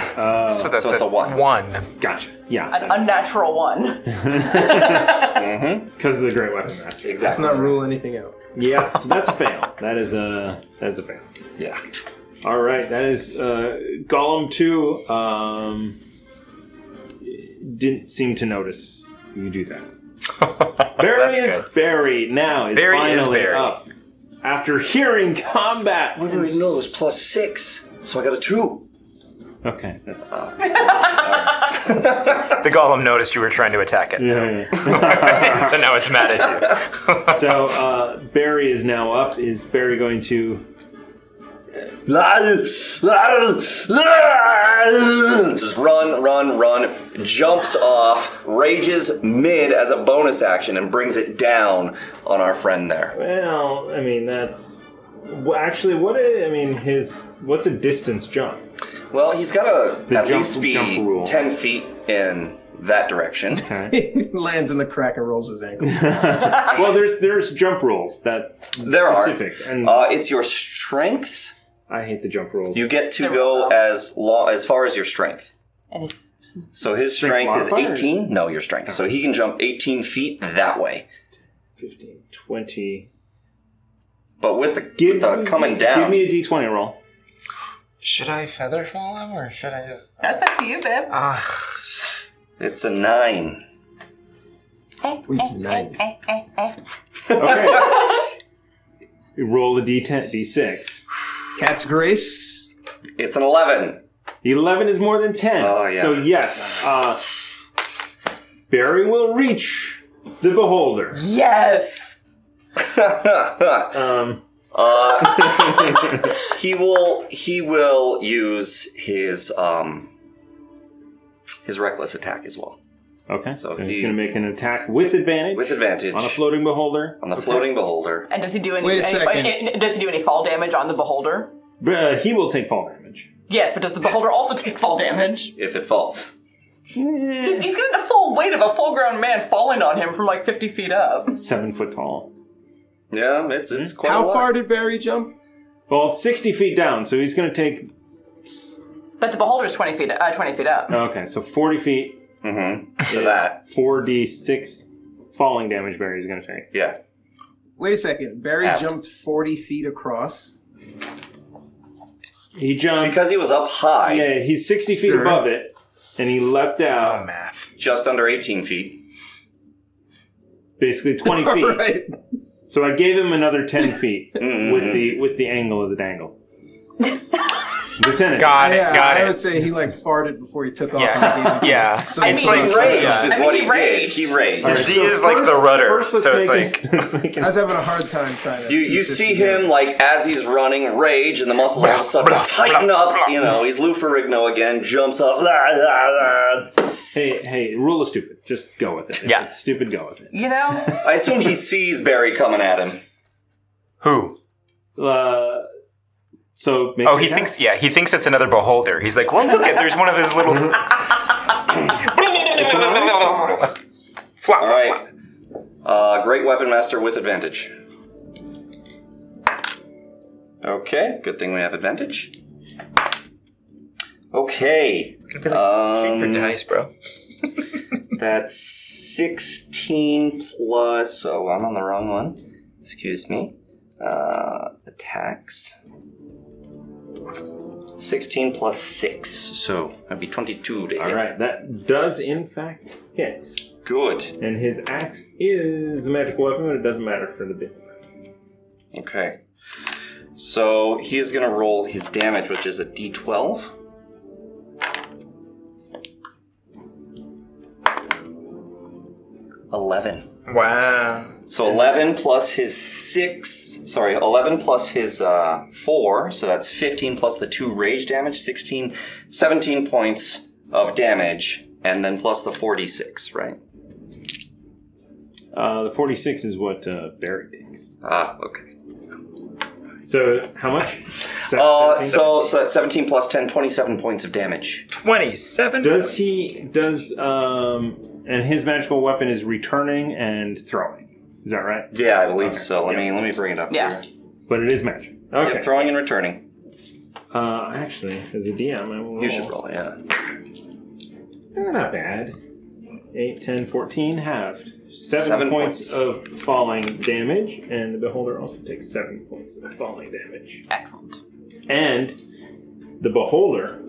Speaker 2: so that's it's a, one.
Speaker 5: (laughs) One.
Speaker 1: Gotcha. Yeah.
Speaker 4: An unnatural one.
Speaker 1: Because of the great weapon master. Exactly.
Speaker 7: Let's not rule anything out.
Speaker 1: Yeah, so that's
Speaker 2: (laughs)
Speaker 1: a fail. That is a that is a fail.
Speaker 2: Yeah.
Speaker 1: All right, that is uh, Gollum two. Um, didn't seem to notice you do that. Barry is Barry now. Is
Speaker 2: Barry is
Speaker 1: finally
Speaker 2: Barry.
Speaker 1: up after hearing combat.
Speaker 2: Wait, wait, no, it was plus six, so I got a two.
Speaker 1: Okay, that's
Speaker 5: The golem noticed you were trying to attack
Speaker 1: (laughs)
Speaker 5: it.
Speaker 1: Yeah.
Speaker 5: (laughs) so now it's mad at you.
Speaker 1: so uh, Barry is now up. Is Barry going to?
Speaker 2: Just run, run, run. Jumps off, rages mid as a bonus action, and brings it down on our friend there.
Speaker 1: Well, I mean that's well, actually what I I mean his what's a distance
Speaker 2: (laughs)
Speaker 1: jump?
Speaker 2: Well, he's got to
Speaker 1: The
Speaker 2: at
Speaker 1: jump-
Speaker 2: least be
Speaker 1: jump rules.
Speaker 2: ten feet in that direction.
Speaker 7: he lands in the crack and rolls his ankle.
Speaker 1: well, there's there's jump rules that
Speaker 2: There
Speaker 1: specific,
Speaker 2: are.
Speaker 1: and
Speaker 2: uh, it's your strength.
Speaker 1: I hate the jump rules.
Speaker 2: You get to go as long as far as your strength.
Speaker 4: And it's
Speaker 2: So his
Speaker 1: Strength
Speaker 2: strength is
Speaker 1: modifier?
Speaker 2: 18. No, your strength. So he can jump 18 feet that way.
Speaker 1: 15, 20.
Speaker 2: But with the, with the coming down,
Speaker 1: Give me a d20 (laughs) roll.
Speaker 5: (laughs) Should I feather fall him or should I just?
Speaker 4: That's up to you, babe.
Speaker 2: it's a nine.
Speaker 7: Which is nine.
Speaker 1: Okay. Roll a d10, d6.
Speaker 7: Cat's grace.
Speaker 2: It's an 11.
Speaker 1: The 11 is more than 10.
Speaker 2: Oh, yeah.
Speaker 1: So, yes, uh, Barry will reach the beholder.
Speaker 4: Yes.
Speaker 1: um,
Speaker 2: Uh, he will he will use his um his reckless attack as well
Speaker 1: Okay. So,
Speaker 2: So
Speaker 1: he's
Speaker 2: he-
Speaker 1: going to make an attack with advantage.
Speaker 2: with advantage
Speaker 1: On a floating beholder.
Speaker 2: on the floating beholder.
Speaker 4: And does he do any?
Speaker 1: Wait a
Speaker 4: any-
Speaker 1: second.
Speaker 4: any- does he do any fall damage on the beholder?
Speaker 1: Uh, he will take fall damage.
Speaker 4: Yes, but does the beholder also take fall damage?
Speaker 2: If it falls.
Speaker 1: Eh,
Speaker 4: He's he's getting the full weight of a full-grown man falling on him from like 50 feet up.
Speaker 1: Seven foot tall.
Speaker 2: Yeah, it's it's quite
Speaker 7: Hmm? How far did Barry jump?
Speaker 1: Well, it's 60 feet down, so he's going to take.
Speaker 4: But the beholder's 20 feet. Uh, 20 feet up.
Speaker 1: Okay, so 40 feet.
Speaker 2: Mm-hmm.
Speaker 1: To
Speaker 2: that.
Speaker 1: 4d6 falling damage Barry's going to take.
Speaker 2: Yeah.
Speaker 7: Wait a second. Barry
Speaker 1: Aft.
Speaker 7: jumped 40 feet across.
Speaker 1: He jumped
Speaker 2: because he was up high.
Speaker 1: Yeah, he's sixty feet
Speaker 2: Sure.
Speaker 1: above it, and he leapt
Speaker 5: Oh,
Speaker 1: out
Speaker 2: just under eighteen feet.
Speaker 1: basically
Speaker 7: (laughs)
Speaker 1: twenty feet.
Speaker 7: Right.
Speaker 1: So I gave him another ten feet with the with the angle of the dangle. Lieutenant,
Speaker 7: Yeah, I would say he like farted before he took off.
Speaker 1: Yeah.
Speaker 5: (laughs)
Speaker 7: and gave him-
Speaker 5: Yeah.
Speaker 7: So
Speaker 2: It's like raged is what he, did. He raged.
Speaker 5: His D is like the rudder, so it's like
Speaker 1: like
Speaker 7: I was having a hard time trying to.
Speaker 2: You, you
Speaker 7: piece this
Speaker 2: see
Speaker 7: together.
Speaker 2: him like as he's running, rage, and the muscles all of a sudden tighten up. you know, he's Lou Ferrigno again, jumps up. la, la, la.
Speaker 1: hey, hey, rule is stupid. Just go with it. yeah, it's stupid. Go with it.
Speaker 4: You know,
Speaker 2: I
Speaker 7: (laughs)
Speaker 2: assume he sees Barry coming at him.
Speaker 5: Who?
Speaker 1: Uh, so make
Speaker 5: oh,
Speaker 1: an
Speaker 5: he
Speaker 1: attack.
Speaker 5: thinks yeah, he thinks it's another beholder. He's like, well, look at there's one of those little.
Speaker 2: All right. Uh, great weapon master with advantage. Okay, good thing we have advantage. Okay. um, dice, bro. that's 16 plus. Oh, I'm on the wrong one. Excuse me. Uh, attacks. 16 plus 6, so that'd be 22 to
Speaker 1: All
Speaker 2: hit.
Speaker 1: right, that does in fact hit.
Speaker 2: Good.
Speaker 1: And his axe is a magic weapon, but it doesn't matter for the bit.
Speaker 2: Okay. So he is going to roll his damage, which is a d12. Eleven.
Speaker 5: Wow.
Speaker 2: So eleven plus his six. Sorry, eleven plus his uh, four. So that's fifteen plus the two rage damage. 16, 17 points of damage, and then plus the forty-six. Right.
Speaker 1: Uh, the 46 is what uh, Barry takes.
Speaker 2: Ah, okay.
Speaker 1: So, how much?
Speaker 2: Uh, so, so that's 17 plus 10, 27 points of damage.
Speaker 5: 27
Speaker 1: Does he, does, um, and his magical weapon is returning and throwing. Is that right?
Speaker 2: Yeah, I believe so. Let me let me bring it up.
Speaker 1: Yeah. But it is magic. Okay.
Speaker 2: Yep, throwing and returning.
Speaker 1: Uh, actually, as a DM, I will roll.
Speaker 2: You should roll, yeah.
Speaker 1: Eh, not bad. 8, 10, 14, halved. 7,
Speaker 2: Seven
Speaker 1: points,
Speaker 2: points.
Speaker 1: of falling damage, and the beholder also takes 7 points of falling damage.
Speaker 4: Excellent.
Speaker 1: And the beholder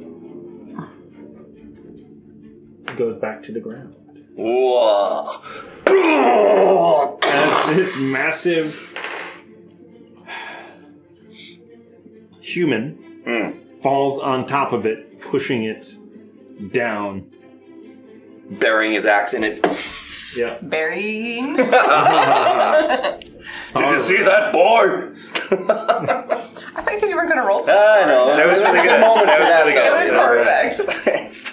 Speaker 1: goes back to the ground.
Speaker 2: Whoa.
Speaker 1: As (laughs) this massive human falls on top of it, pushing it down.
Speaker 2: Burying his axe in it.
Speaker 1: Yeah.
Speaker 2: (laughs)
Speaker 4: Burying.
Speaker 2: Did you see that boy?
Speaker 4: I thought you were going to roll.
Speaker 2: I know.
Speaker 4: That was really
Speaker 2: a
Speaker 4: good.
Speaker 2: moment
Speaker 4: That
Speaker 2: for
Speaker 4: was
Speaker 2: that,
Speaker 4: really
Speaker 2: though.
Speaker 4: good. That was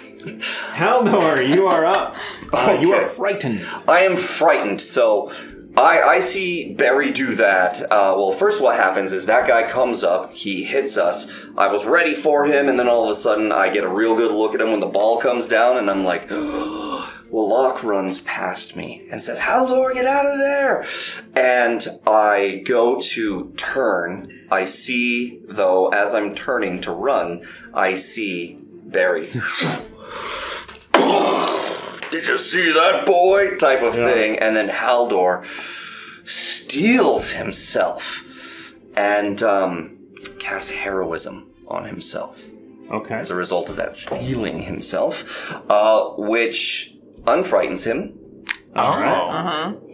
Speaker 1: Haldor, you are up. Uh, You are frightened.
Speaker 2: I am frightened. So I, I see Barry do that. Uh, well, first, what happens is that guy comes up, he hits us. I was ready for him, and then all of a sudden, I get a real good look at him when the ball comes down, and I'm like, (gasps) Locke runs past me and says, Haldor, get out of there! And I go to turn. I see, though, as I'm turning to run, I see Barry. Did you see that boy? Type of thing. And then Haldor steals himself and um, casts heroism on himself.
Speaker 1: Okay.
Speaker 2: As a result of that stealing himself, uh, which unfrightens him.
Speaker 1: All right. (laughs)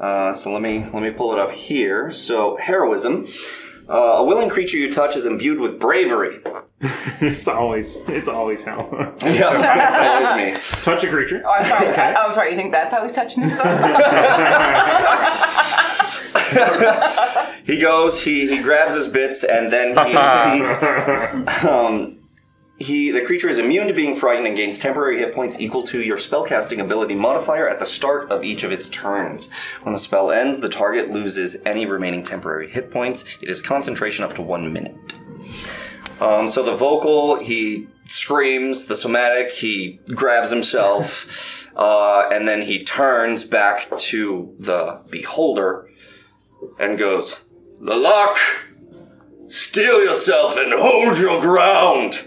Speaker 2: Uh, so let me let me pull it up here. So heroism. Uh, a willing creature you touch is imbued with bravery. (laughs)
Speaker 1: it's always it's always Haldor.
Speaker 2: Yeah, it's always me.
Speaker 1: (laughs) Touch a creature.
Speaker 4: Oh, I'm sorry. Oh, I'm sorry. You think that's how he's touching himself?
Speaker 1: (laughs)
Speaker 2: He goes, he, he grabs his bits, and then he. um, he, the creature is immune to being frightened and gains temporary hit points equal to your spellcasting ability modifier at the start of each of its turns. When the spell ends, the target loses any remaining temporary hit points. It is concentration up to one minute. Um, so the vocal, he screams. The somatic, he grabs himself, uh, and then he turns back to the beholder and goes, "The lock, steal yourself and hold your ground.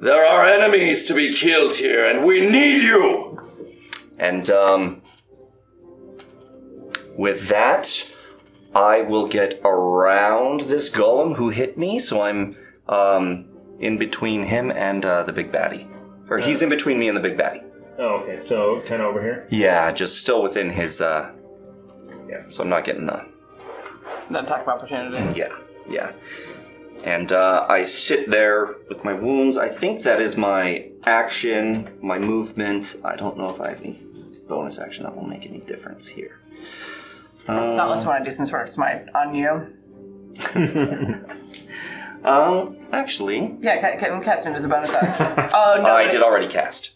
Speaker 2: There are enemies to be killed here, and we need you." And um, with that, I will get around this golem who hit me, so I'm um, in between him and uh, the big baddie, or he's in between me and the big baddie.
Speaker 1: Oh, okay. So kind of over here.
Speaker 2: Yeah, just still within his. Uh, yeah, so I'm not getting the.
Speaker 4: That attack of opportunity.
Speaker 2: Yeah, yeah. And uh, I sit there with my wounds. I think that is my action, my movement. I don't know if I have any bonus action that will make any difference here. Um,
Speaker 4: Not unless you want to do some sort of smite on you.
Speaker 2: um, actually,
Speaker 4: Yeah, ca- ca- casting it as a bonus action. oh no.
Speaker 2: I did already cast.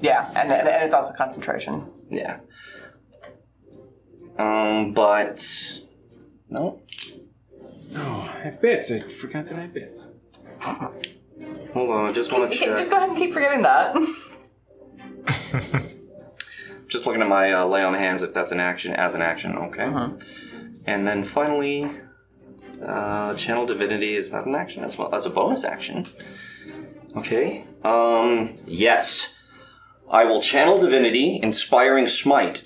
Speaker 4: Yeah, and, and, and it's also concentration.
Speaker 2: Yeah. Um, but no.
Speaker 1: No, Oh, I have bits. I forgot that I have bits.
Speaker 2: Hold on, I just want to
Speaker 4: Okay,
Speaker 2: check.
Speaker 4: Just go ahead and keep forgetting that. (laughs)
Speaker 2: Just looking at my uh, lay on hands if that's an action as an action. Okay. And then finally, uh, channel divinity is that an action as well as a bonus action? Okay. Um, yes, I will channel divinity, inspiring smite.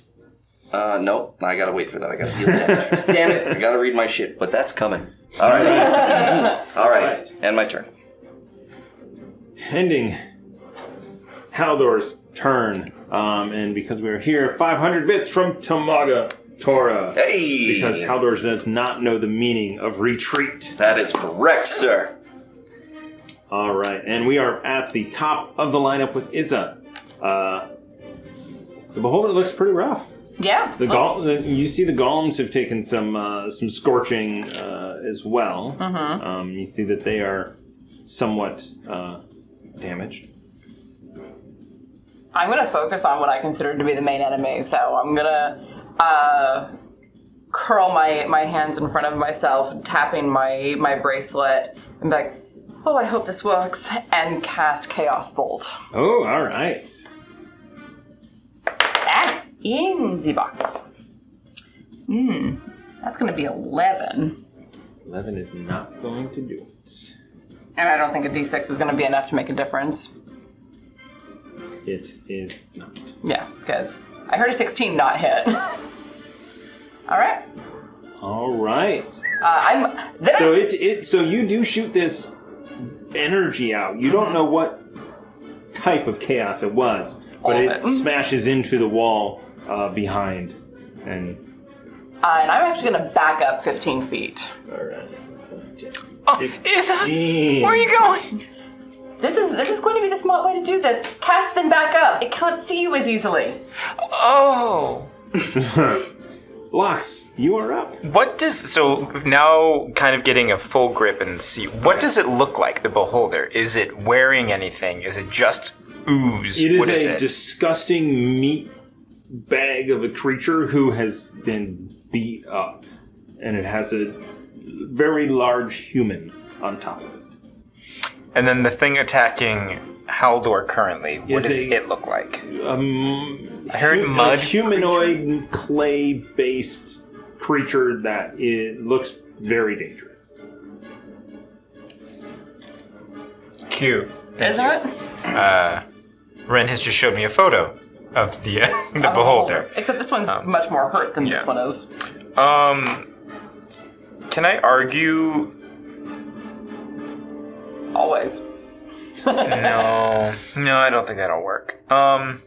Speaker 2: Uh, no, I gotta wait for that. I gotta deal damage. first. Damn it! I gotta read my shit, but that's coming. All right. All right. And my turn.
Speaker 1: Ending Haldor's turn. Um, and because we are here, 500 bits from Tamaga Tora.
Speaker 2: Hey!
Speaker 1: Because Haldor does not know the meaning of retreat.
Speaker 2: That is correct, sir.
Speaker 1: All right. And we are at the top of the lineup with Izza. Uh, the Beholder looks pretty rough.
Speaker 4: Yeah.
Speaker 1: The gol- the, you see the golems have taken some uh, some scorching uh, as well.
Speaker 4: Mhm.
Speaker 1: Um, you see that they are somewhat uh, damaged.
Speaker 4: I'm gonna focus on what I consider to be the main enemy, so I'm gonna uh, curl my, my hands in front of myself, tapping my, my bracelet, and be like, oh, I hope this works, and cast Chaos Bolt.
Speaker 1: Oh, all right.
Speaker 4: In the box. Hmm, that's gonna be 11.
Speaker 1: 11 is not going to do it.
Speaker 4: And I don't think a d6 is gonna be enough to make a difference.
Speaker 1: It is not.
Speaker 4: Yeah, because I heard a 16 not hit. (laughs) All right.
Speaker 1: All right.
Speaker 4: Uh, I'm. Then
Speaker 1: So
Speaker 4: I-
Speaker 1: it, it so you do shoot this energy out. You don't know what type of chaos it was, but
Speaker 4: All of
Speaker 1: it,
Speaker 4: it.
Speaker 1: smashes into the wall uh, behind, and
Speaker 4: uh, and I'm actually gonna back up 15 feet.
Speaker 1: All right.
Speaker 5: Oh,
Speaker 4: Isa,
Speaker 1: where
Speaker 5: are you
Speaker 4: going? This is this is going to be the smart way to do this. Cast then back up. It can't see you as easily.
Speaker 5: Oh.
Speaker 1: Locks, you are up.
Speaker 5: What does so now kind of getting a full grip and see what does it look like the beholder? Is it wearing anything? Is it just ooze?
Speaker 1: It is
Speaker 5: what is
Speaker 1: a
Speaker 5: it?
Speaker 1: disgusting meat bag of a creature who has been beat up, and it has a very large human on top of it.
Speaker 5: and then the thing attacking Haldor currently. What
Speaker 1: Is
Speaker 5: does
Speaker 1: a-
Speaker 5: it look like?
Speaker 1: Um,
Speaker 5: I heard
Speaker 1: hu-
Speaker 5: mud
Speaker 1: A humanoid clay-based creature that it looks very dangerous.
Speaker 5: Cute.
Speaker 4: Is it?
Speaker 5: Uh, Ren has just showed me a photo of the (laughs) uh, the beholder.
Speaker 4: Except this one's
Speaker 1: Um,
Speaker 4: much more hurt than
Speaker 5: yeah.
Speaker 4: this one is.
Speaker 5: Um, can I argue?
Speaker 4: Always.
Speaker 5: no, no, I don't think that'll work. Um,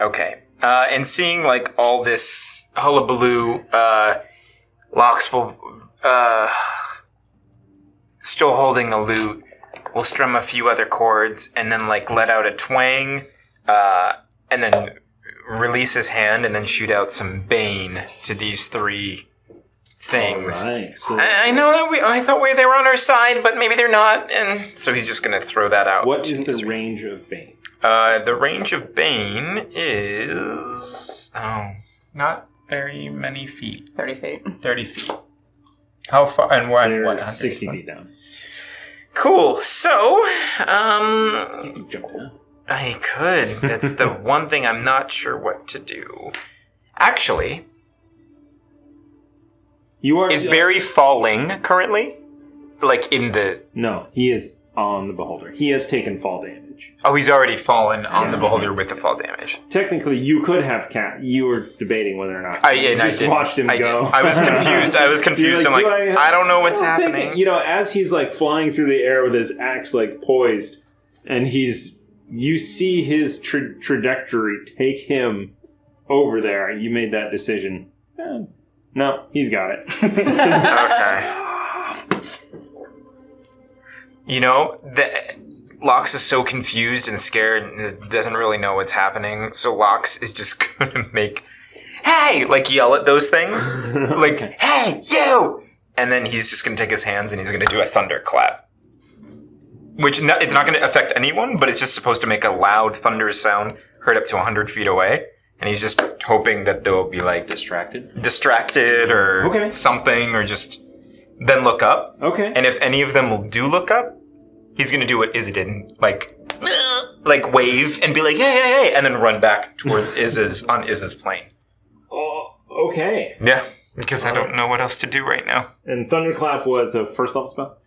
Speaker 5: okay. Uh, and seeing like all this hullabaloo, uh, Lox will, uh, still holding the lute, will strum a few other chords, and then like let out a twang, uh, and then release his hand, and then shoot out some bane to these three things. I, I know that we. I thought we they were on our side, but maybe they're not. And so he's just gonna throw that out.
Speaker 1: What is the range of Bane?
Speaker 5: Uh, the range of Bane is oh, not very many feet.
Speaker 4: Thirty feet.
Speaker 5: Thirty feet. How far and why? What?
Speaker 1: 60 feet down.
Speaker 5: Cool. So, um, I could. That's the one thing I'm not sure what to do. Actually,
Speaker 1: you are
Speaker 5: is Barry falling currently? Like in the
Speaker 1: No, he is on the beholder. He has taken fall damage.
Speaker 5: Oh, he's already fallen on the beholder with the fall damage.
Speaker 1: Technically, you could have cat. You were debating whether or not.
Speaker 5: I, and
Speaker 1: You
Speaker 5: I
Speaker 1: just
Speaker 5: did.
Speaker 1: watched him
Speaker 5: I did.
Speaker 1: go. (laughs)
Speaker 5: I was confused. I was confused.
Speaker 1: You're
Speaker 5: I'm
Speaker 1: "Do
Speaker 5: like, I don't know what's
Speaker 1: I think-"
Speaker 5: happening.
Speaker 1: you know, as he's like flying through the air with his axe like poised, and he's you see his tra- trajectory take him over there. You made that decision. Eh, no, he's got
Speaker 5: (laughs)
Speaker 1: it.
Speaker 5: okay. You know, the, Lox is so confused and scared and is, doesn't really know what's happening. So Lox is just (laughs) going to make, hey, like yell at those things. Like, hey, you! And then he's just going to take his hands and he's going to do a thunderclap. Which no, it's not going to affect anyone, but it's just supposed to make a loud thunder sound heard up to 100 feet away. And he's just hoping that they'll be like
Speaker 2: distracted,
Speaker 5: distracted or something, or just then look up.
Speaker 1: Okay.
Speaker 5: And if any of them do look up, he's gonna do what Izzy did, like (sniffs) like wave and be like, hey, hey, hey, and then run back towards Izzy's on Izzy's plane.
Speaker 1: Oh, okay.
Speaker 5: Yeah, because I don't know what else to do right now.
Speaker 1: And thunderclap was a first level spell.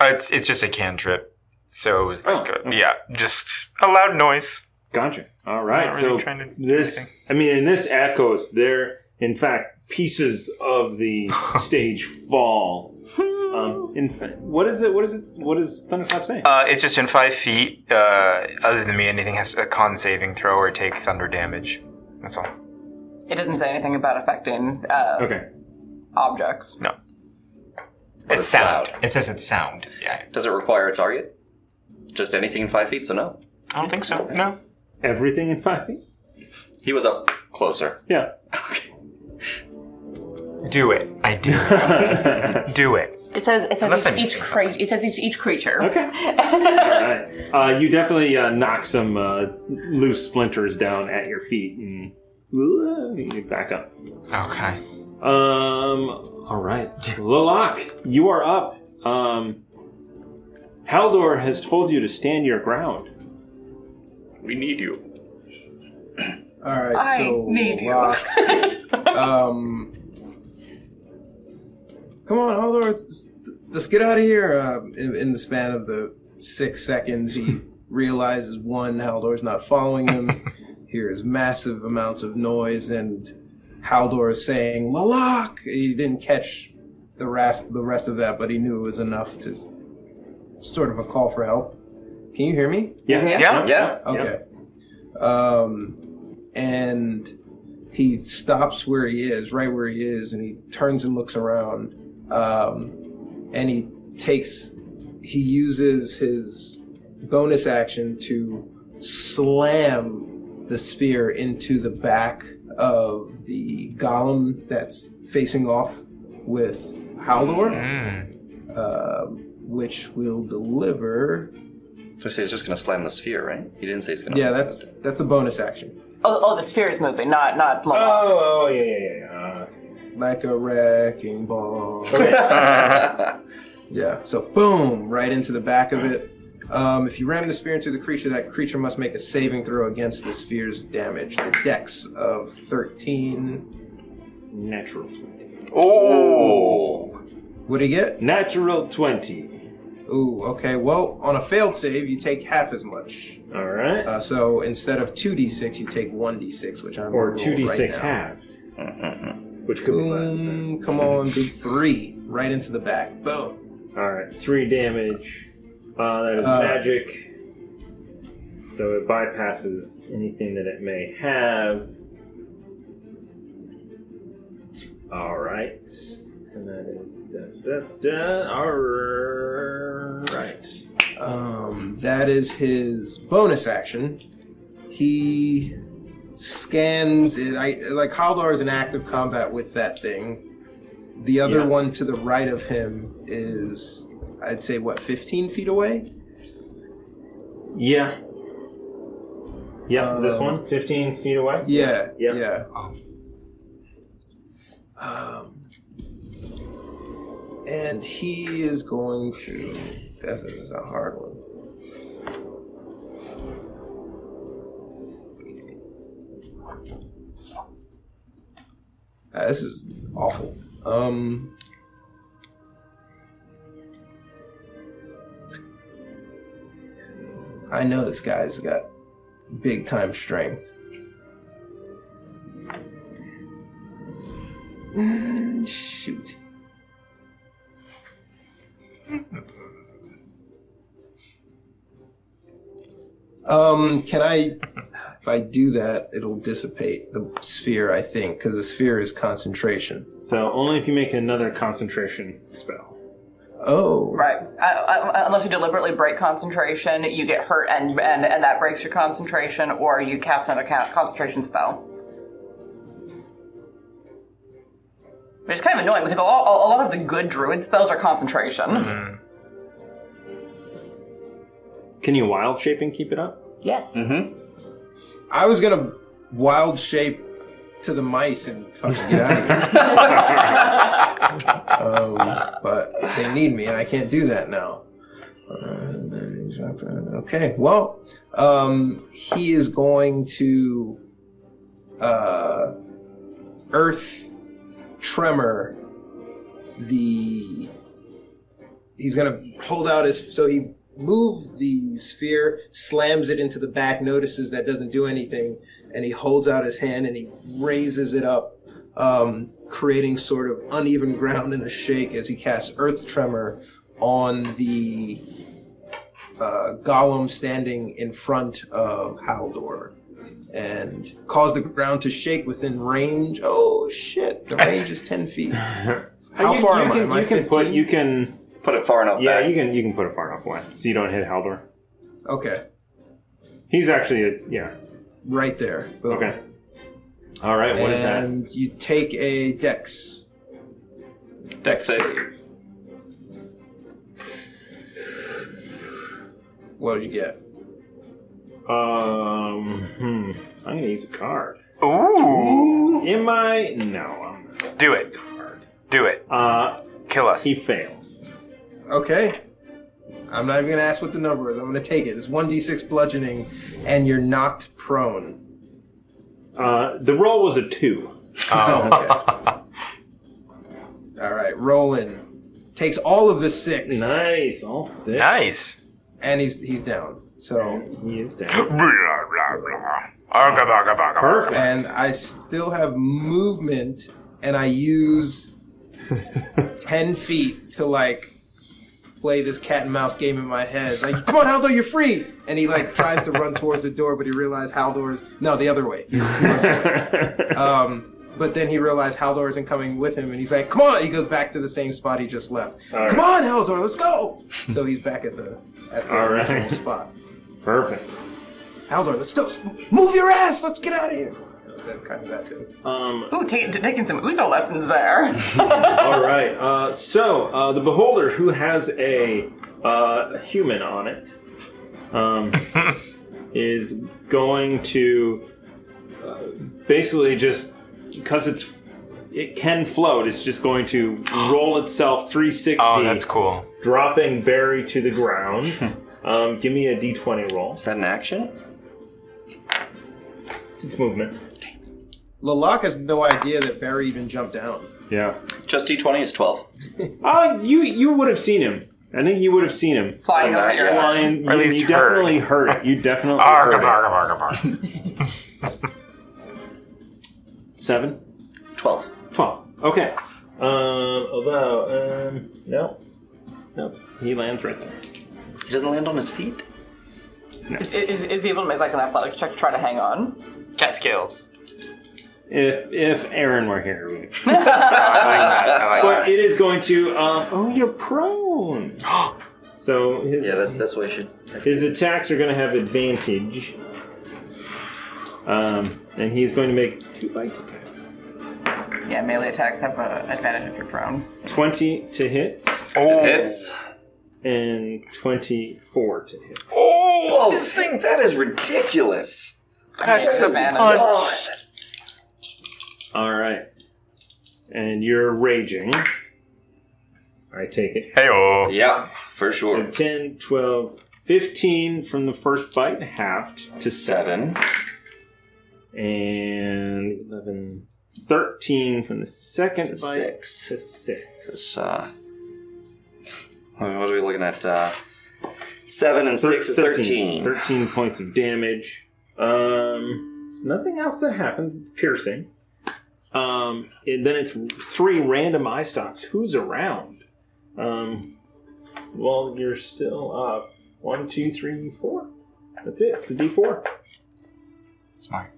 Speaker 5: Uh, it's it's just a cantrip, so it was like a- yeah, just a loud noise.
Speaker 1: Gotcha. All right.
Speaker 5: Not
Speaker 1: so
Speaker 5: really trying to do
Speaker 1: this, I mean, and this echoes. There, in fact, pieces of
Speaker 5: (laughs)
Speaker 1: the stage fall.
Speaker 5: Hmm.
Speaker 1: Um, in fa- what is it? What is it? What is thunderclap saying?
Speaker 5: Uh, it's just in five feet. Uh, other than me, anything has a con saving throw or take thunder damage. That's all.
Speaker 4: It doesn't say anything about affecting uh,
Speaker 1: okay.
Speaker 4: objects.
Speaker 5: No. It's sound. It says it's sound. Yeah.
Speaker 2: Does it require a target? Just anything in five feet, so no.
Speaker 5: I don't think so. No.
Speaker 1: Everything in five feet.
Speaker 2: He was up closer.
Speaker 1: Yeah. (laughs)
Speaker 5: Do it. I do. do it.
Speaker 4: It says it
Speaker 1: Unless
Speaker 4: says
Speaker 1: I'm
Speaker 4: each, each creature. It says each, each creature.
Speaker 1: Okay. All right. Uh, you definitely uh, knock some uh, loose splinters down at your feet and You back up.
Speaker 5: Okay.
Speaker 1: Um. All right, Lalak, you are up. Um, Haldor has told you to stand your ground.
Speaker 2: We need you.
Speaker 7: All right,
Speaker 4: I
Speaker 7: so
Speaker 4: need you. (laughs)
Speaker 7: Locke, um, come on, Haldor, let's, let's get out of here. Uh, in, in the span of the six seconds,
Speaker 4: (laughs)
Speaker 7: he realizes one, Haldor's not following him. Hears massive amounts of noise, and Haldor is saying "Lalak." He didn't catch the rest the rest of that, but he knew it was enough to s- sort of a call for help. Can you hear me?
Speaker 1: Yeah. Yeah. Yeah. Yeah.
Speaker 7: Okay. Um, and he stops where he is, right where he is, and he turns and looks around. Um, and he takes, he uses his bonus action to slam the spear into the back of the golem that's facing off with Haldor,
Speaker 5: Mm.
Speaker 7: uh, which will deliver
Speaker 2: So say he's just gonna slam the sphere, right? He didn't say he's gonna.
Speaker 7: yeah, that's that's a bonus action.
Speaker 4: Oh, oh, the sphere is moving, not not. Blown.
Speaker 1: Oh, oh, yeah, yeah, yeah.
Speaker 7: Like a wrecking ball.
Speaker 1: Okay.
Speaker 7: yeah. So boom, right into the back of it. Um, if you ram the spear into the creature, that creature must make a saving throw against the sphere's damage. The dex of thirteen.
Speaker 1: Natural.
Speaker 7: Oh. What do you get?
Speaker 1: Natural twenty.
Speaker 7: Ooh. Okay. Well, on a failed save, you take half as much.
Speaker 1: All right.
Speaker 7: Uh, so instead of two d six, you take one d six, which
Speaker 1: or
Speaker 7: I'm gonna roll
Speaker 1: two d six
Speaker 7: right now. Mm-hmm.
Speaker 1: halved, which could be less.
Speaker 7: Boom, come on, big three. Right into the back. Boom.
Speaker 1: All right, three damage. Uh, that is
Speaker 7: Uh,
Speaker 1: magic, so it bypasses anything that it may have. All right, and that is da da da. da. All right.
Speaker 7: Um, that is his bonus action. He scans it. I like Haldar is in active combat with that thing. The other
Speaker 1: Yeah.
Speaker 7: one to the right of him is, I'd say, what, 15 feet away?
Speaker 1: Yeah. Yeah, this
Speaker 7: Um,
Speaker 1: one, 15 feet away.
Speaker 7: Yeah,
Speaker 1: yeah.
Speaker 7: yeah. Um, and he is going to. That is a hard one. Uh, this is awful. Um, I know this guy's got big time strength. Mm, Shoot. Um, can I? If I do that, it'll dissipate the sphere, I think, because the sphere is concentration.
Speaker 1: So only if you make another concentration spell.
Speaker 7: Oh.
Speaker 4: Right. Uh, uh, unless you deliberately break concentration, you get hurt, and and and that breaks your concentration, or you cast another ca- concentration spell. Which is kind of annoying because a lot, a lot of the good druid spells are concentration.
Speaker 1: Can you wild shape and keep it up?
Speaker 4: Yes.
Speaker 7: I was gonna wild shape to the mice and fucking get out of here. um, but they need me, and I can't do that now. Uh, Okay, well, um, he is going to uh, Earth Tremor. The he's gonna hold out his so he moved the sphere, slams it into the back, notices that doesn't do anything, and he holds out his hand and he raises it up, um, creating sort of uneven (laughs) ground in the shake as he casts Earth Tremor on the uh, golem standing in front of Haldor. And cause the ground to shake within range. Oh shit! The range is ten feet. How
Speaker 1: you,
Speaker 7: far
Speaker 1: you
Speaker 7: am I?
Speaker 1: can,
Speaker 7: Am I
Speaker 1: you can put
Speaker 7: 15?
Speaker 1: you can
Speaker 2: put it far enough.
Speaker 1: Yeah,
Speaker 2: back.
Speaker 1: you can you can put it far enough away so you don't hit Haldor.
Speaker 7: Okay,
Speaker 1: He's actually a, yeah.
Speaker 7: right there. Boom.
Speaker 1: Okay. All right. What is that?
Speaker 7: and you take a dex.
Speaker 2: Dex save.
Speaker 7: What did you get?
Speaker 1: Um. Hmm. I'm gonna use a card.
Speaker 5: Ooh.
Speaker 1: Am I? No, I'm not.
Speaker 5: Do it. Do it.
Speaker 1: Uh,
Speaker 5: Kill us.
Speaker 1: He fails.
Speaker 7: Okay. I'm not even gonna ask what the number is. I'm gonna take it. It's one d6 bludgeoning, and you're knocked prone.
Speaker 1: Uh, the roll was a two. Oh.
Speaker 7: (laughs) All right, Roland takes all of the six.
Speaker 1: Nice, all six.
Speaker 5: Nice.
Speaker 7: And he's he's down. So
Speaker 1: he is
Speaker 5: Perfect.
Speaker 7: And I still have movement, and
Speaker 1: (laughs)
Speaker 7: I use ten feet to like play this cat and mouse game in my head.
Speaker 1: (laughs)
Speaker 7: Like, come on, Haldor, you're free. And he like tries to run towards the door, but he realized Haldor's no, the other
Speaker 1: (laughs)
Speaker 7: way. um, but then he realized Haldor isn't coming with him, and he's like, "Come on!" He goes back to the same spot he just left.
Speaker 1: All
Speaker 7: Come
Speaker 1: right.
Speaker 7: on, Haldor, let's go! so he's back at the at the
Speaker 1: All right.
Speaker 7: original spot.
Speaker 1: Perfect.
Speaker 7: Haldor, let's go! S- Move your ass! Let's get out of here. That kind of that thing.
Speaker 1: Um,
Speaker 4: Ooh, take, taking some Uzo lessons there. (laughs)
Speaker 1: all right. Uh, so uh, the beholder who has a uh, human on it um, is going to uh, basically just because it's it can float. It's just going to roll itself 360.
Speaker 5: Oh, that's cool.
Speaker 1: Dropping Barry to the ground. um, give me a d20 roll. Is
Speaker 2: that an action?
Speaker 1: It's movement.
Speaker 7: Lalak has no idea that Barry even jumped down.
Speaker 1: Yeah.
Speaker 2: Just d20 is 12.
Speaker 1: Oh, you you would have seen him. I think you would have seen him
Speaker 2: Flying over your head.
Speaker 1: Flying,
Speaker 2: Or at
Speaker 1: you,
Speaker 2: least
Speaker 1: you definitely heard it. You definitely
Speaker 5: (laughs) Oh,
Speaker 1: heard it. Seven?
Speaker 2: Twelve.
Speaker 1: Twelve. Okay. Um, although, um, no. No. He lands right there.
Speaker 2: He doesn't land on his feet?
Speaker 4: Is, is, is he able to make like an athletics check to try to hang on?
Speaker 5: Cat skills.
Speaker 1: If if Aaron were here, we
Speaker 5: I like
Speaker 1: but it is going to. Um, oh, you're prone. so his, yeah,
Speaker 2: that's that's what I should.
Speaker 1: His attacks are going to have advantage, um, and he's going to make two bite attacks.
Speaker 4: Yeah, melee attacks have an advantage if you're prone.
Speaker 1: Twenty to hit.
Speaker 5: Oh. hits.
Speaker 1: And twenty-four to hit.
Speaker 2: Oh, this thing that is ridiculous. Oh
Speaker 4: Excellent.
Speaker 2: God.
Speaker 1: All right. And you're raging. I take it.
Speaker 5: Hey,
Speaker 2: Yeah, for
Speaker 1: So 10, 12, 15 from the first bite, halved to 7. And 11, 13 from the second
Speaker 2: To
Speaker 1: bite
Speaker 2: six.
Speaker 1: to 6.
Speaker 2: It's, uh, what are we looking at? Uh, seven and six is 13.
Speaker 1: 13 points of damage. Um, nothing else that happens. It's piercing. Um, and then it's three random eye stocks. Who's around? Um, well, you're still up. One, two, three, four. That's it. It's a D4.
Speaker 5: Smart.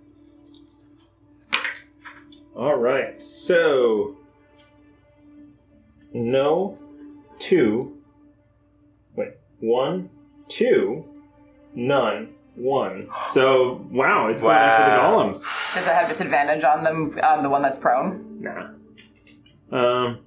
Speaker 1: All right. So, no, two. Wait, one, two, none, one. So, wow, it's going
Speaker 4: Wow.
Speaker 1: after the golems.
Speaker 4: Does it have disadvantage on them on the one that's prone?
Speaker 1: Nah. Um.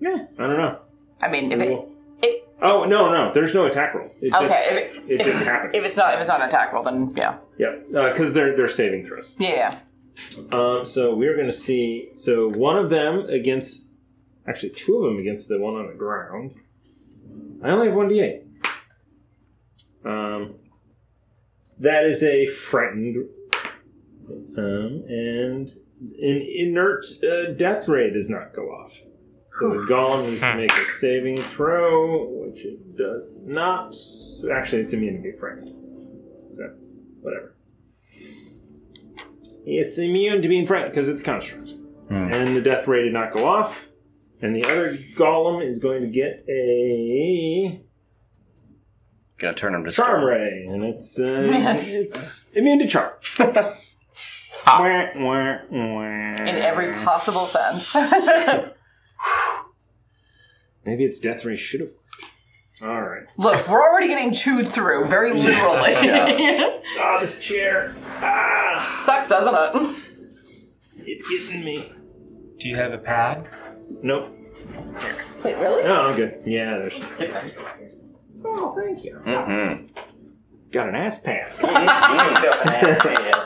Speaker 1: Yeah, I don't know.
Speaker 4: I mean, if it, it
Speaker 1: Oh no, no, there's no attack rolls. It just,
Speaker 4: okay, (laughs) if
Speaker 1: it, just happens.
Speaker 4: If it's not if it's not an attack roll, then yeah,
Speaker 1: yeah, because they're they're saving throws.
Speaker 4: yeah, yeah.
Speaker 1: Um, so we're going to see. So one of them against, actually two of them against the one on the ground. I only have one d8. Um, that is a frightened, um, and an inert uh, death ray does not go off. So the golem needs to make a saving throw, which it does not. Actually, it's immune to be frightened. So, whatever. It's immune to being frightened because it's construct.
Speaker 5: Hmm.
Speaker 1: And the death ray did not go off. And the other golem is going to get a
Speaker 2: Gonna turn him to
Speaker 1: charm ray, and it's
Speaker 4: (laughs)
Speaker 1: uh, it's immune to charm. Wah, wah, wah.
Speaker 4: in every
Speaker 1: Mm.
Speaker 4: possible sense. (laughs)
Speaker 1: Maybe its death ray should have. All right.
Speaker 4: Look, we're already getting chewed through, very literally.
Speaker 1: (laughs) Yeah. Ah, this chair. Ah,
Speaker 4: Sucks, doesn't it?
Speaker 1: It's getting me.
Speaker 5: Do you have a pad?
Speaker 1: Nope. Oh,
Speaker 4: Wait, really?
Speaker 1: No, I'm good. Yeah, there's. Oh, thank you.
Speaker 2: Mm-hmm.
Speaker 1: Got an ass pan.
Speaker 2: Hmm.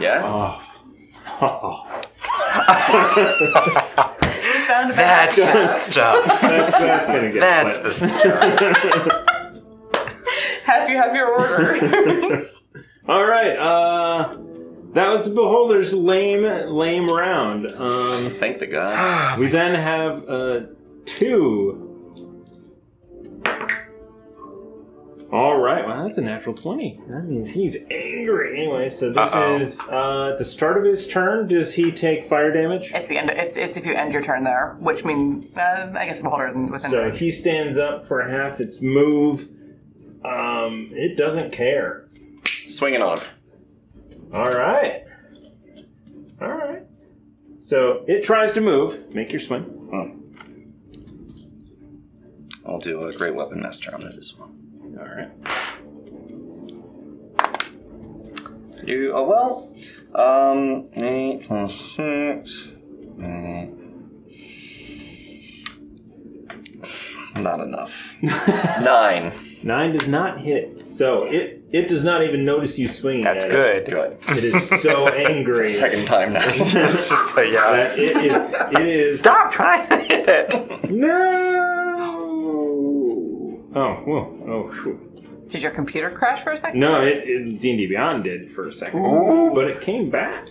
Speaker 2: Yeah.
Speaker 4: Sound
Speaker 5: That's the
Speaker 1: (laughs) (laughs)
Speaker 5: stuff.
Speaker 1: That's- that's gonna get
Speaker 5: That's
Speaker 1: played.
Speaker 5: the stuff.
Speaker 4: Have you have your
Speaker 1: (laughs)
Speaker 4: order?
Speaker 1: All right. Uh, that was the beholder's lame, lame round. Um,
Speaker 2: (laughs) Thank the gods.
Speaker 1: we then have uh, two. All right. Well, that's a natural twenty. That means he's angry. Anyway, so this
Speaker 4: Uh-oh.
Speaker 1: is uh, at the start of his turn. Does he take fire damage?
Speaker 4: It's the end. It's it's if you end your turn there, which means uh, I guess the beholder isn't within.
Speaker 1: So
Speaker 4: range.
Speaker 1: he stands up for half its move. Um, it doesn't care.
Speaker 2: Swinging on.
Speaker 1: All right. All right. So it tries to move. Make your swing.
Speaker 2: Hmm. I'll do a great weapon master on it as well.
Speaker 1: All right.
Speaker 2: You oh well. Um, eight plus six. Mm. Not enough. Nine.
Speaker 1: Nine does not hit. So it it does not even notice you swinging.
Speaker 5: That's
Speaker 1: at
Speaker 5: good.
Speaker 1: It. It is
Speaker 5: (laughs)
Speaker 1: so angry.
Speaker 2: Second time now. (laughs)
Speaker 5: it's just like, yeah.
Speaker 1: That it is. It is.
Speaker 5: Stop trying to hit it.
Speaker 1: No. Oh whoa. Oh. Whew.
Speaker 4: Did your computer crash for a second?
Speaker 1: No, it, it D&D Beyond did for a second, but it came back.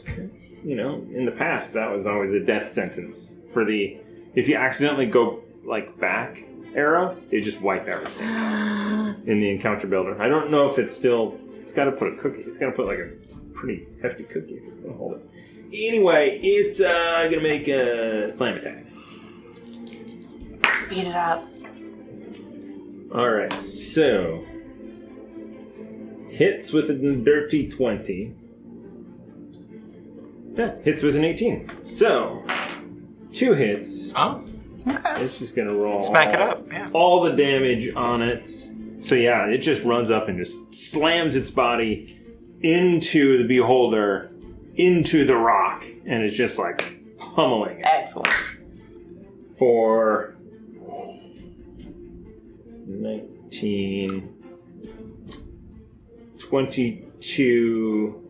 Speaker 1: You know, in the past, that was always a death sentence for the if you accidentally go like back arrow, it just wipe everything out in the encounter builder. I don't know if it's still. It's got to put a cookie. It's got to put like a pretty hefty cookie if it's gonna hold it. Anyway, it's uh, gonna make uh, slam attacks.
Speaker 4: Beat it up.
Speaker 1: All right, so hits with a dirty twenty. Yeah, hits with an eighteen. So two hits.
Speaker 5: Oh,
Speaker 1: okay. It's just gonna roll.
Speaker 5: Smack it
Speaker 1: all-
Speaker 5: up, yeah.
Speaker 1: All the damage on it. So yeah, it just runs up and just slams its body into the beholder, into the rock, and it's just like pummeling it.
Speaker 4: Excellent.
Speaker 1: For 19, 22,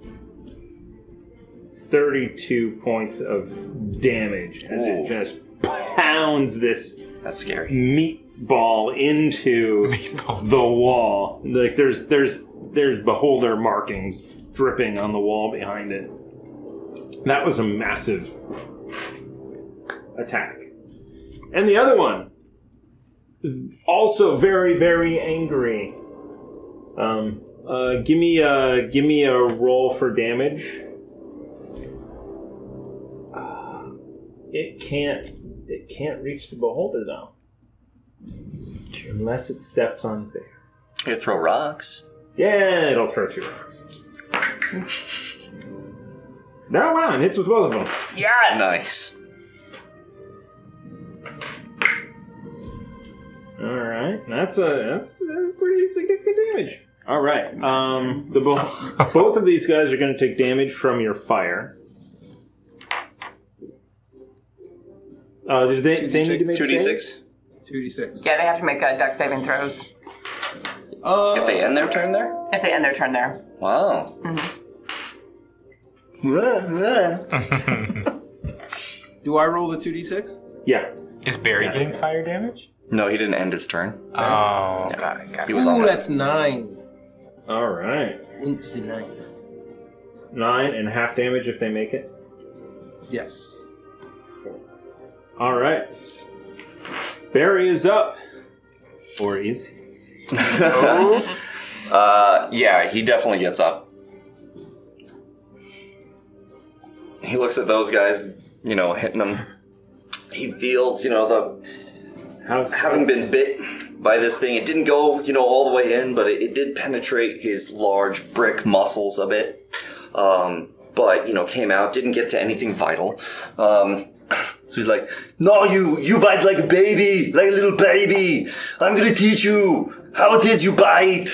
Speaker 1: 32 points of damage as it
Speaker 2: Ooh.
Speaker 1: just pounds this
Speaker 2: That's scary.
Speaker 1: meatball into the wall. Like there's there's there's beholder markings dripping on the wall behind it. That was a massive attack. And the other one, also very very angry. Um, uh, give me a give me a roll for damage. Uh, it can't it can't reach the beholder though, unless it steps on there.
Speaker 2: You throw rocks.
Speaker 1: Yeah, it'll throw two (laughs) rocks. No, wow, it hits with both of them.
Speaker 4: Yes.
Speaker 2: Nice.
Speaker 1: All right, that's a that's, that's pretty significant damage. All right, um, the bo- both of these guys are going to take damage from your fire. Uh, do they, they need to make saves?
Speaker 7: Two d six.
Speaker 4: Yeah, they have to make uh, deck saving throws
Speaker 2: if they end their turn there?
Speaker 4: if they end their turn there.
Speaker 2: Wow.
Speaker 7: Do I roll the two d six?
Speaker 1: Yeah.
Speaker 5: Is Barry getting fire damage?
Speaker 2: No, he didn't end his turn.
Speaker 5: Oh, got it, got it.
Speaker 2: He was on
Speaker 7: Ooh,
Speaker 2: that.
Speaker 7: that's nine.
Speaker 1: All right,
Speaker 7: Oopsie nine.
Speaker 1: nine and half damage if they make it.
Speaker 7: Yes.
Speaker 1: All right, Barry is up, or is he?
Speaker 2: uh, yeah, he definitely gets up. He looks at those guys, you know, hitting them. He feels, you know, the
Speaker 1: How's,
Speaker 2: having been bit by this thing. It didn't go, you know, all the way in, but it, it did penetrate his large brick muscles a bit. Um, but you know, came out, didn't get to anything vital. Um, so he's like, "No, you you bite like a baby, like a little baby. I'm gonna teach you how it is you bite."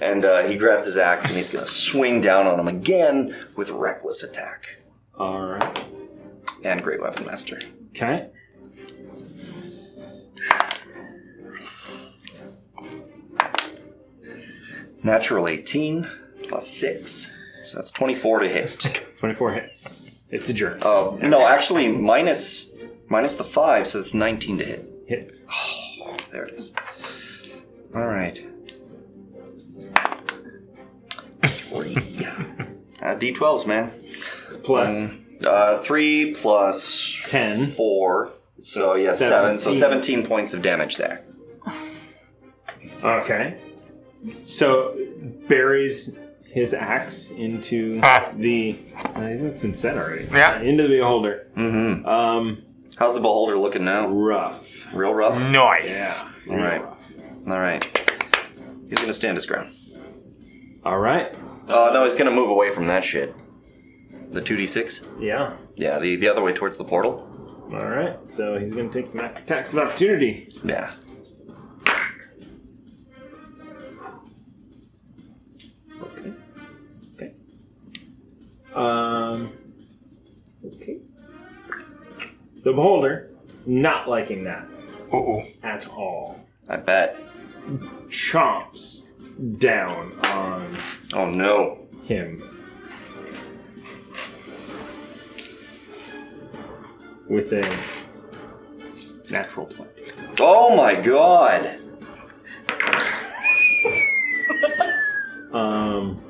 Speaker 2: And uh, he grabs his axe and he's gonna swing down on him again with reckless attack
Speaker 1: All right,
Speaker 2: and great weapon master.
Speaker 1: okay.
Speaker 2: Natural 18 plus 6. So that's 24 to hit.
Speaker 1: 24 hits. It's a jerk.
Speaker 2: Oh, no, actually, minus minus the 5, so that's 19 to hit. (sighs)
Speaker 1: Hits.
Speaker 2: Oh, there it is. All right. Three. uh, D12s, man.
Speaker 1: Plus.
Speaker 2: Um, uh, 3 plus
Speaker 1: 10.
Speaker 2: 4. So, yeah, 7. So
Speaker 1: 17
Speaker 2: 17 points of damage there.
Speaker 1: Okay. So buries his axe into the. I think that's been said already.
Speaker 2: Yeah.
Speaker 1: Uh, into the beholder.
Speaker 2: Mm-hmm.
Speaker 1: Um,
Speaker 2: How's the beholder looking now?
Speaker 1: Rough.
Speaker 2: Real rough?
Speaker 1: Nice.
Speaker 2: Yeah. All right. All right. He's going to stand his ground.
Speaker 1: All right.
Speaker 2: Uh, no, he's going to move away from that shit. The 2d6?
Speaker 1: Yeah.
Speaker 2: Yeah, the, the other way towards the portal.
Speaker 1: All right. So he's going to take some attacks of opportunity.
Speaker 2: Yeah.
Speaker 1: Okay. Okay. Um. Okay. The beholder, not liking that at all,
Speaker 2: I bet.
Speaker 1: chomps down on.
Speaker 2: Oh no.
Speaker 1: Him. With a natural twenty.
Speaker 2: Oh my god!
Speaker 1: Um,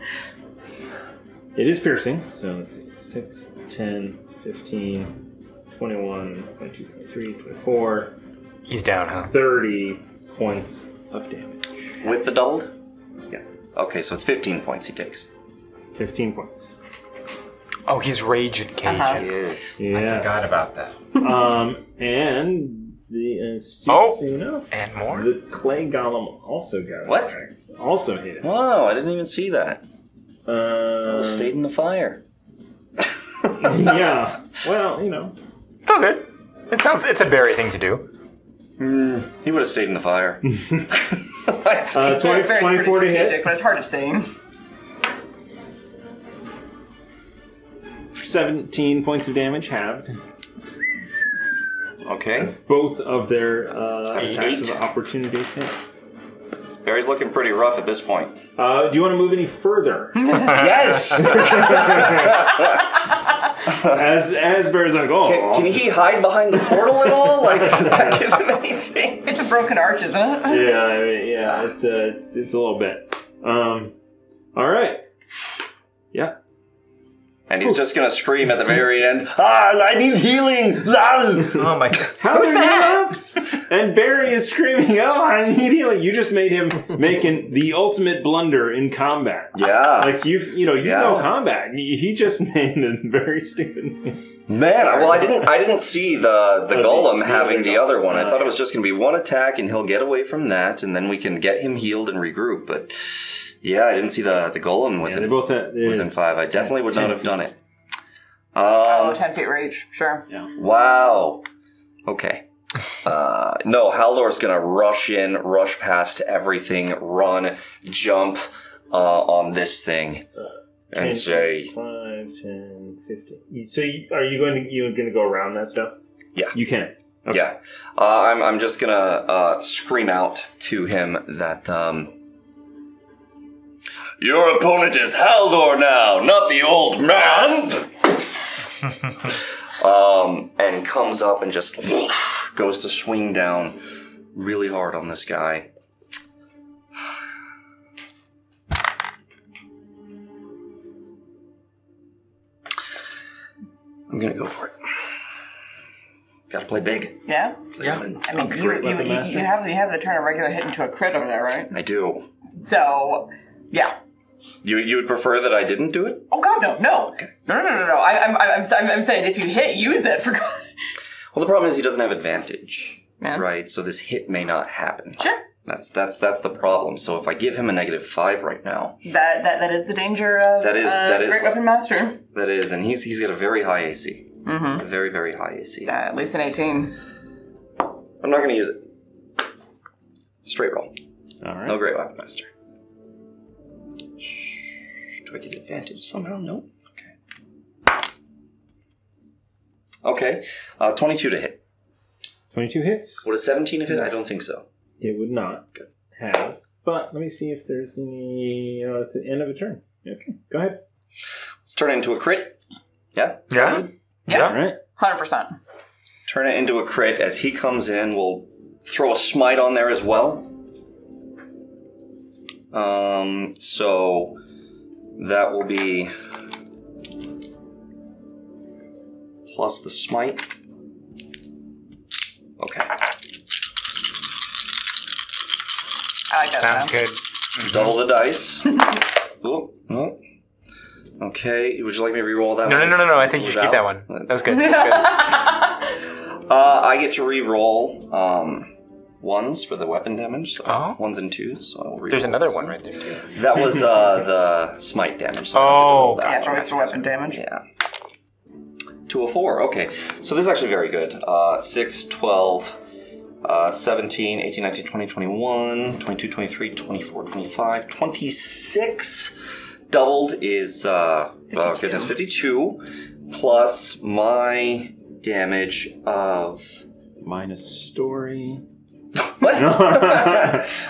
Speaker 1: it is piercing, so let's see 6, 10, 15, 21, 22, 23, 24.
Speaker 5: He's down, huh?
Speaker 1: 30 points of damage.
Speaker 2: With the doubled?
Speaker 1: Yeah.
Speaker 2: Okay, so it's 15 points he takes.
Speaker 1: 15 points.
Speaker 5: Oh, he's raging Cajun.
Speaker 1: Uh-huh.
Speaker 5: I
Speaker 1: Yes.
Speaker 5: forgot
Speaker 1: (laughs)
Speaker 5: about that.
Speaker 1: um, and the uh, oh,
Speaker 5: and more.
Speaker 1: The clay golem also got
Speaker 2: What?
Speaker 1: attacked. Also hit it.
Speaker 2: Wow, I didn't even see that.
Speaker 1: Uh,
Speaker 2: stayed in the fire.
Speaker 1: yeah. Well, you know.
Speaker 5: It's all good. It sounds it's a berry thing to do.
Speaker 2: he would have stayed in the (laughs) fire.
Speaker 5: (laughs)
Speaker 1: Uh, 20, 24 to
Speaker 4: pretty
Speaker 1: hit,
Speaker 4: strategic, but it's hard to see.
Speaker 1: 17 points of damage halved.
Speaker 2: Okay.
Speaker 1: That's both of their uh,
Speaker 2: That's
Speaker 1: attacks
Speaker 2: eight.
Speaker 1: of opportunities hit.
Speaker 2: Barry's looking pretty rough at this point.
Speaker 1: Uh, do you want to move any further?
Speaker 2: (laughs) Yes!
Speaker 1: as as Barry's like, oh,
Speaker 2: Can he hide behind the portal at all? Like, does (laughs) that give him
Speaker 4: It's a broken arch, isn't it?
Speaker 1: yeah, I mean, yeah, it's uh, it's it's a little bit. Um, all right. Yeah.
Speaker 2: And he's just gonna scream at the very end, Ah, I need healing! oh
Speaker 5: my (laughs) god.
Speaker 1: How Who's that? And Barry is screaming, "Oh, I need healing!" You just made him making the ultimate blunder in combat.
Speaker 2: Yeah.
Speaker 1: Like you, you know, you
Speaker 2: Yeah.
Speaker 1: know combat. He he just (laughs) made a very stupid.
Speaker 2: Man, I- well, I didn't. I didn't see the the
Speaker 1: Oh, the-
Speaker 2: golem
Speaker 1: the
Speaker 2: having
Speaker 1: other
Speaker 2: the
Speaker 1: golem.
Speaker 2: other one. I
Speaker 1: Ah,
Speaker 2: thought it was just going to be one attack, and he'll get away from that, and then we can get him healed and regroup. But yeah, I didn't see the the golem within
Speaker 1: they both had- it
Speaker 2: within
Speaker 1: is
Speaker 2: five. I definitely would not have done it.
Speaker 4: Oh,
Speaker 2: Um,
Speaker 4: 10 feet reach, sure.
Speaker 1: Yeah.
Speaker 2: wow. Okay. Uh, no, Haldor's going to rush in, rush past everything, run, jump uh, on this thing,
Speaker 1: Uh,
Speaker 2: and
Speaker 1: 10,
Speaker 2: say,
Speaker 1: 5, 10, 15. So you, are you going to you going to go around that stuff?
Speaker 2: Yeah.
Speaker 1: You can.
Speaker 2: Yeah. Uh, I'm, I'm just going to uh, scream out to him that. Um, Your opponent is Haldor now, not the old man! um, and comes up and just goes to swing down really hard on this guy. I'm going to go for it. Gotta play big.
Speaker 4: Yeah?
Speaker 2: Yeah.
Speaker 4: I mean, you, you, you, you have, you have the turn of regular hit into a crit over there, right?
Speaker 2: I do.
Speaker 4: So, yeah.
Speaker 2: You you would prefer that I didn't do it?
Speaker 4: Oh, God, no, no. No, no, no, no, no. I, I'm, I'm, I'm, I'm saying if you hit, use it for (laughs) God.
Speaker 2: Well, the problem is he doesn't have advantage,
Speaker 4: Yeah.
Speaker 2: right? So this hit may not happen.
Speaker 4: Sure.
Speaker 2: That's that's that's the problem. So if I give him a negative five right now,
Speaker 4: That, that, that is the danger of
Speaker 2: That is-
Speaker 4: uh,
Speaker 2: that is-
Speaker 4: Great Weapon Master.
Speaker 2: that is, and he's he's got a very high AC,
Speaker 4: Mm-hmm.
Speaker 2: a very very high AC.
Speaker 4: at least an eighteen.
Speaker 2: I'm not going to use it. Straight roll.
Speaker 1: All right.
Speaker 2: No great weapon master. Shh, Do I get advantage somehow? No. Okay. Okay. Uh, Twenty-two to hit.
Speaker 1: Twenty-two hits.
Speaker 2: Would a seventeen have hit? I don't think so.
Speaker 1: It would not have. But let me see if there's any. Oh, it's the end of a turn. Okay, go ahead.
Speaker 2: Let's turn it into a crit. Yeah?
Speaker 5: Yeah?
Speaker 2: Yeah. All right.
Speaker 4: Hundred percent.
Speaker 2: Turn it into a crit. As he comes in, we'll throw a smite on there as well. Um, so that will be plus the smite. Okay.
Speaker 4: I like that.
Speaker 5: Sounds good.
Speaker 2: Double the
Speaker 5: (laughs)
Speaker 2: dice. Ooh, no. Okay. Would you like me to re-roll that
Speaker 5: No,
Speaker 2: one?
Speaker 5: no, no, no, no, I think you
Speaker 2: Was
Speaker 5: should keep
Speaker 2: out?
Speaker 5: that one. That
Speaker 4: (laughs)
Speaker 5: was good. (laughs)
Speaker 2: Uh, I get to re-roll um, ones for the weapon damage. So Ones and twos. So I'll re-roll
Speaker 5: Oh. There's another
Speaker 2: this
Speaker 5: one right there, too.
Speaker 2: That was
Speaker 5: (laughs)
Speaker 2: uh, the smite damage. so
Speaker 5: Oh,
Speaker 2: I
Speaker 4: Yeah,
Speaker 2: have to roll that
Speaker 4: so it's for weapon damage.
Speaker 2: Yeah. to a 4. Okay. So this is actually very good. Uh, 6, 12, uh, 17, 18, 19, 20, 21, 22, 23, 24, 25, 26. Doubled is, uh, oh goodness, 52. Plus my damage of. Minus story. what?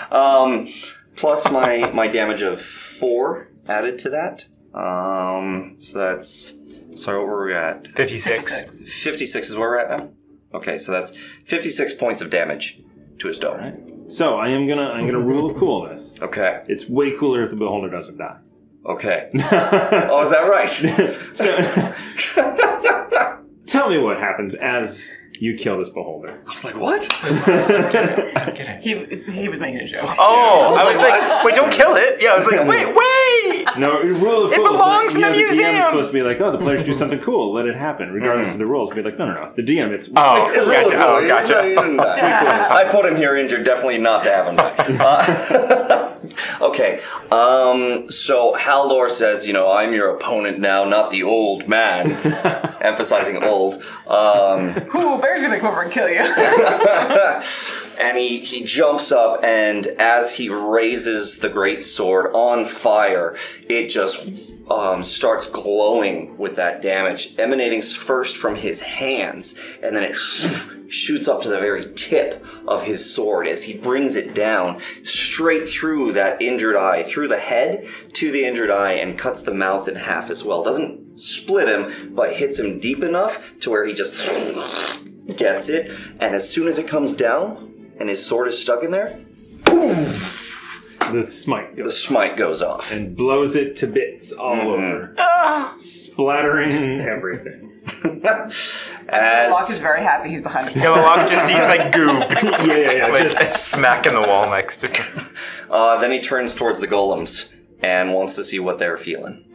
Speaker 2: (laughs) um, plus my, my damage of 4 added to that. Um, so that's. Sorry, what were we at?
Speaker 5: (laughs) 56.
Speaker 2: 56 is where we're at now? Okay, so that's 56 points of damage to his dome.
Speaker 1: So I am gonna I'm gonna rule of coolness.
Speaker 2: (laughs) Okay.
Speaker 1: It's way cooler if the beholder doesn't
Speaker 2: (laughs)
Speaker 1: die. (laughs)
Speaker 2: Okay. oh, is that right?
Speaker 5: (laughs)
Speaker 1: so, (laughs) tell me what happens as you kill this beholder. I
Speaker 2: was like, what?
Speaker 4: He he was making a joke. (laughs)
Speaker 5: Oh, I was like, wait, don't kill it. Yeah, I was
Speaker 2: (laughs)
Speaker 5: like, wait, wait.
Speaker 1: No, rule of
Speaker 5: It
Speaker 1: cool is
Speaker 5: belongs in
Speaker 1: like,
Speaker 5: a
Speaker 1: you know, The DM
Speaker 5: museum. Mm.
Speaker 1: is supposed to be like, oh, the players
Speaker 5: (laughs)
Speaker 1: do something cool, let it happen, regardless of the rules. Be like, no, no, no. The DM, it's
Speaker 5: Oh,
Speaker 1: it's
Speaker 5: gotcha.
Speaker 1: rule of cool.
Speaker 5: Oh, gotcha.
Speaker 2: He didn't die. (laughs) I put him here injured, definitely not to have him die. Uh, (laughs) okay, um, so Haldor says, you know, I'm your opponent now, not the old man. (laughs) Emphasizing old. Um,
Speaker 4: Ooh, bear's gonna come over and kill you.
Speaker 2: (laughs) and he, he jumps up and as he raises the great sword on fire it just um, starts glowing with that damage emanating first from his hands and then it (laughs) shoots up to the very tip of his sword as he brings it down straight through that injured eye through the head to the injured eye and cuts the mouth in half as well doesn't split him but hits him deep enough to where he just gets it, and as soon as it comes down and his sword is stuck in there,
Speaker 1: The smite goes
Speaker 2: the smite goes off. (laughs)
Speaker 1: and blows it to bits all
Speaker 5: Mm-hmm.
Speaker 1: over,
Speaker 5: Ah.
Speaker 1: splattering everything.
Speaker 5: (laughs)
Speaker 4: Locke
Speaker 2: As
Speaker 4: is very happy he's behind him.
Speaker 5: Gilalock just sees like goo.
Speaker 1: yeah, yeah, yeah.
Speaker 5: (laughs) Like (laughs) a smack in the wall next to him.
Speaker 2: uh, then he turns towards the golems and wants to see what they're feeling.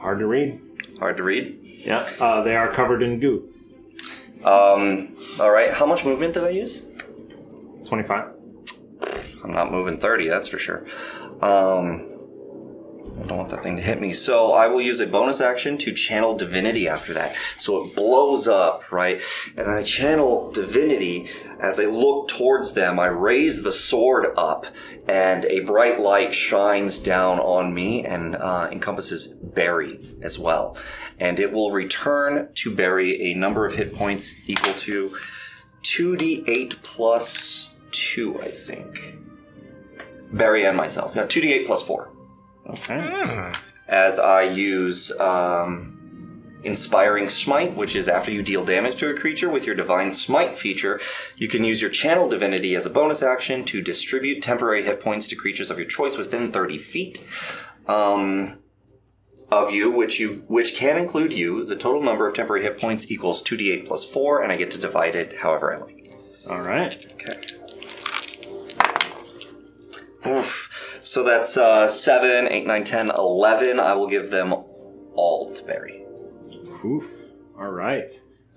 Speaker 1: Hard to read.
Speaker 2: Hard to read.
Speaker 1: Yeah, uh, they are covered in goo.
Speaker 2: Um, all right, how much movement did I use?
Speaker 1: Twenty-five.
Speaker 2: I'm not moving 30, that's for sure. Um, I don't want that thing to hit me. So I will use a bonus action to channel divinity after that. So it blows up, right? And then I channel divinity. As I look towards them, I raise the sword up, and a bright light shines down on me and uh, encompasses Barry as well. And it will return to Barry a number of hit points equal to 2d8 plus 2, I think. Barry and myself. Yeah, 2d8 plus 4
Speaker 1: Okay.
Speaker 2: as I use um, Inspiring Smite, which is after you deal damage to a creature with your Divine Smite feature, you can use your Channel Divinity as a bonus action to distribute temporary hit points to creatures of your choice within 30 feet. Um, of you, which you which can include you, the total number of temporary hit points equals two d8 plus four, and I get to divide it however I like.
Speaker 1: All right.
Speaker 2: Oof. So that's uh, seven, eight, nine, ten, eleven. I will give them all to Barry.
Speaker 1: Oof. All right.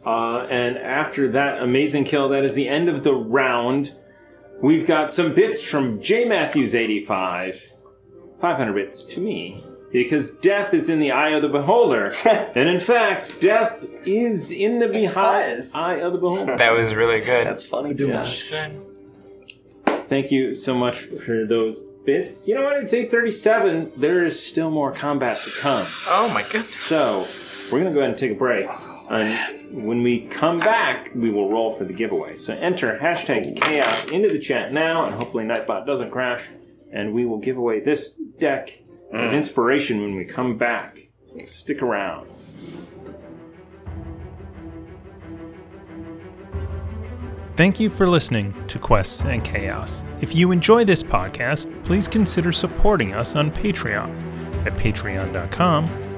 Speaker 1: Uh, and after that amazing kill, that is the end of the round. We've got some bits from J Matthews 85. 500 bits to me. Because death is in the eye of the beholder. and in fact, death is in the behind eye of the beholder.
Speaker 5: That was really good.
Speaker 2: That's funny.
Speaker 1: Yeah. Thank you so much for those bits. You know what? It's 837. There is still more combat to come.
Speaker 5: Oh my goodness.
Speaker 1: So, we're going to go ahead and take a break.
Speaker 10: And when we come back, we will roll for the giveaway. So enter hashtag chaos into the chat now, and hopefully Nightbot doesn't crash. And we will give away this deck of
Speaker 11: Mm.
Speaker 10: inspiration when we come back. So stick around.
Speaker 1: Thank you for listening to Quests and Chaos. If you enjoy this podcast, please consider supporting us on Patreon at patreon.com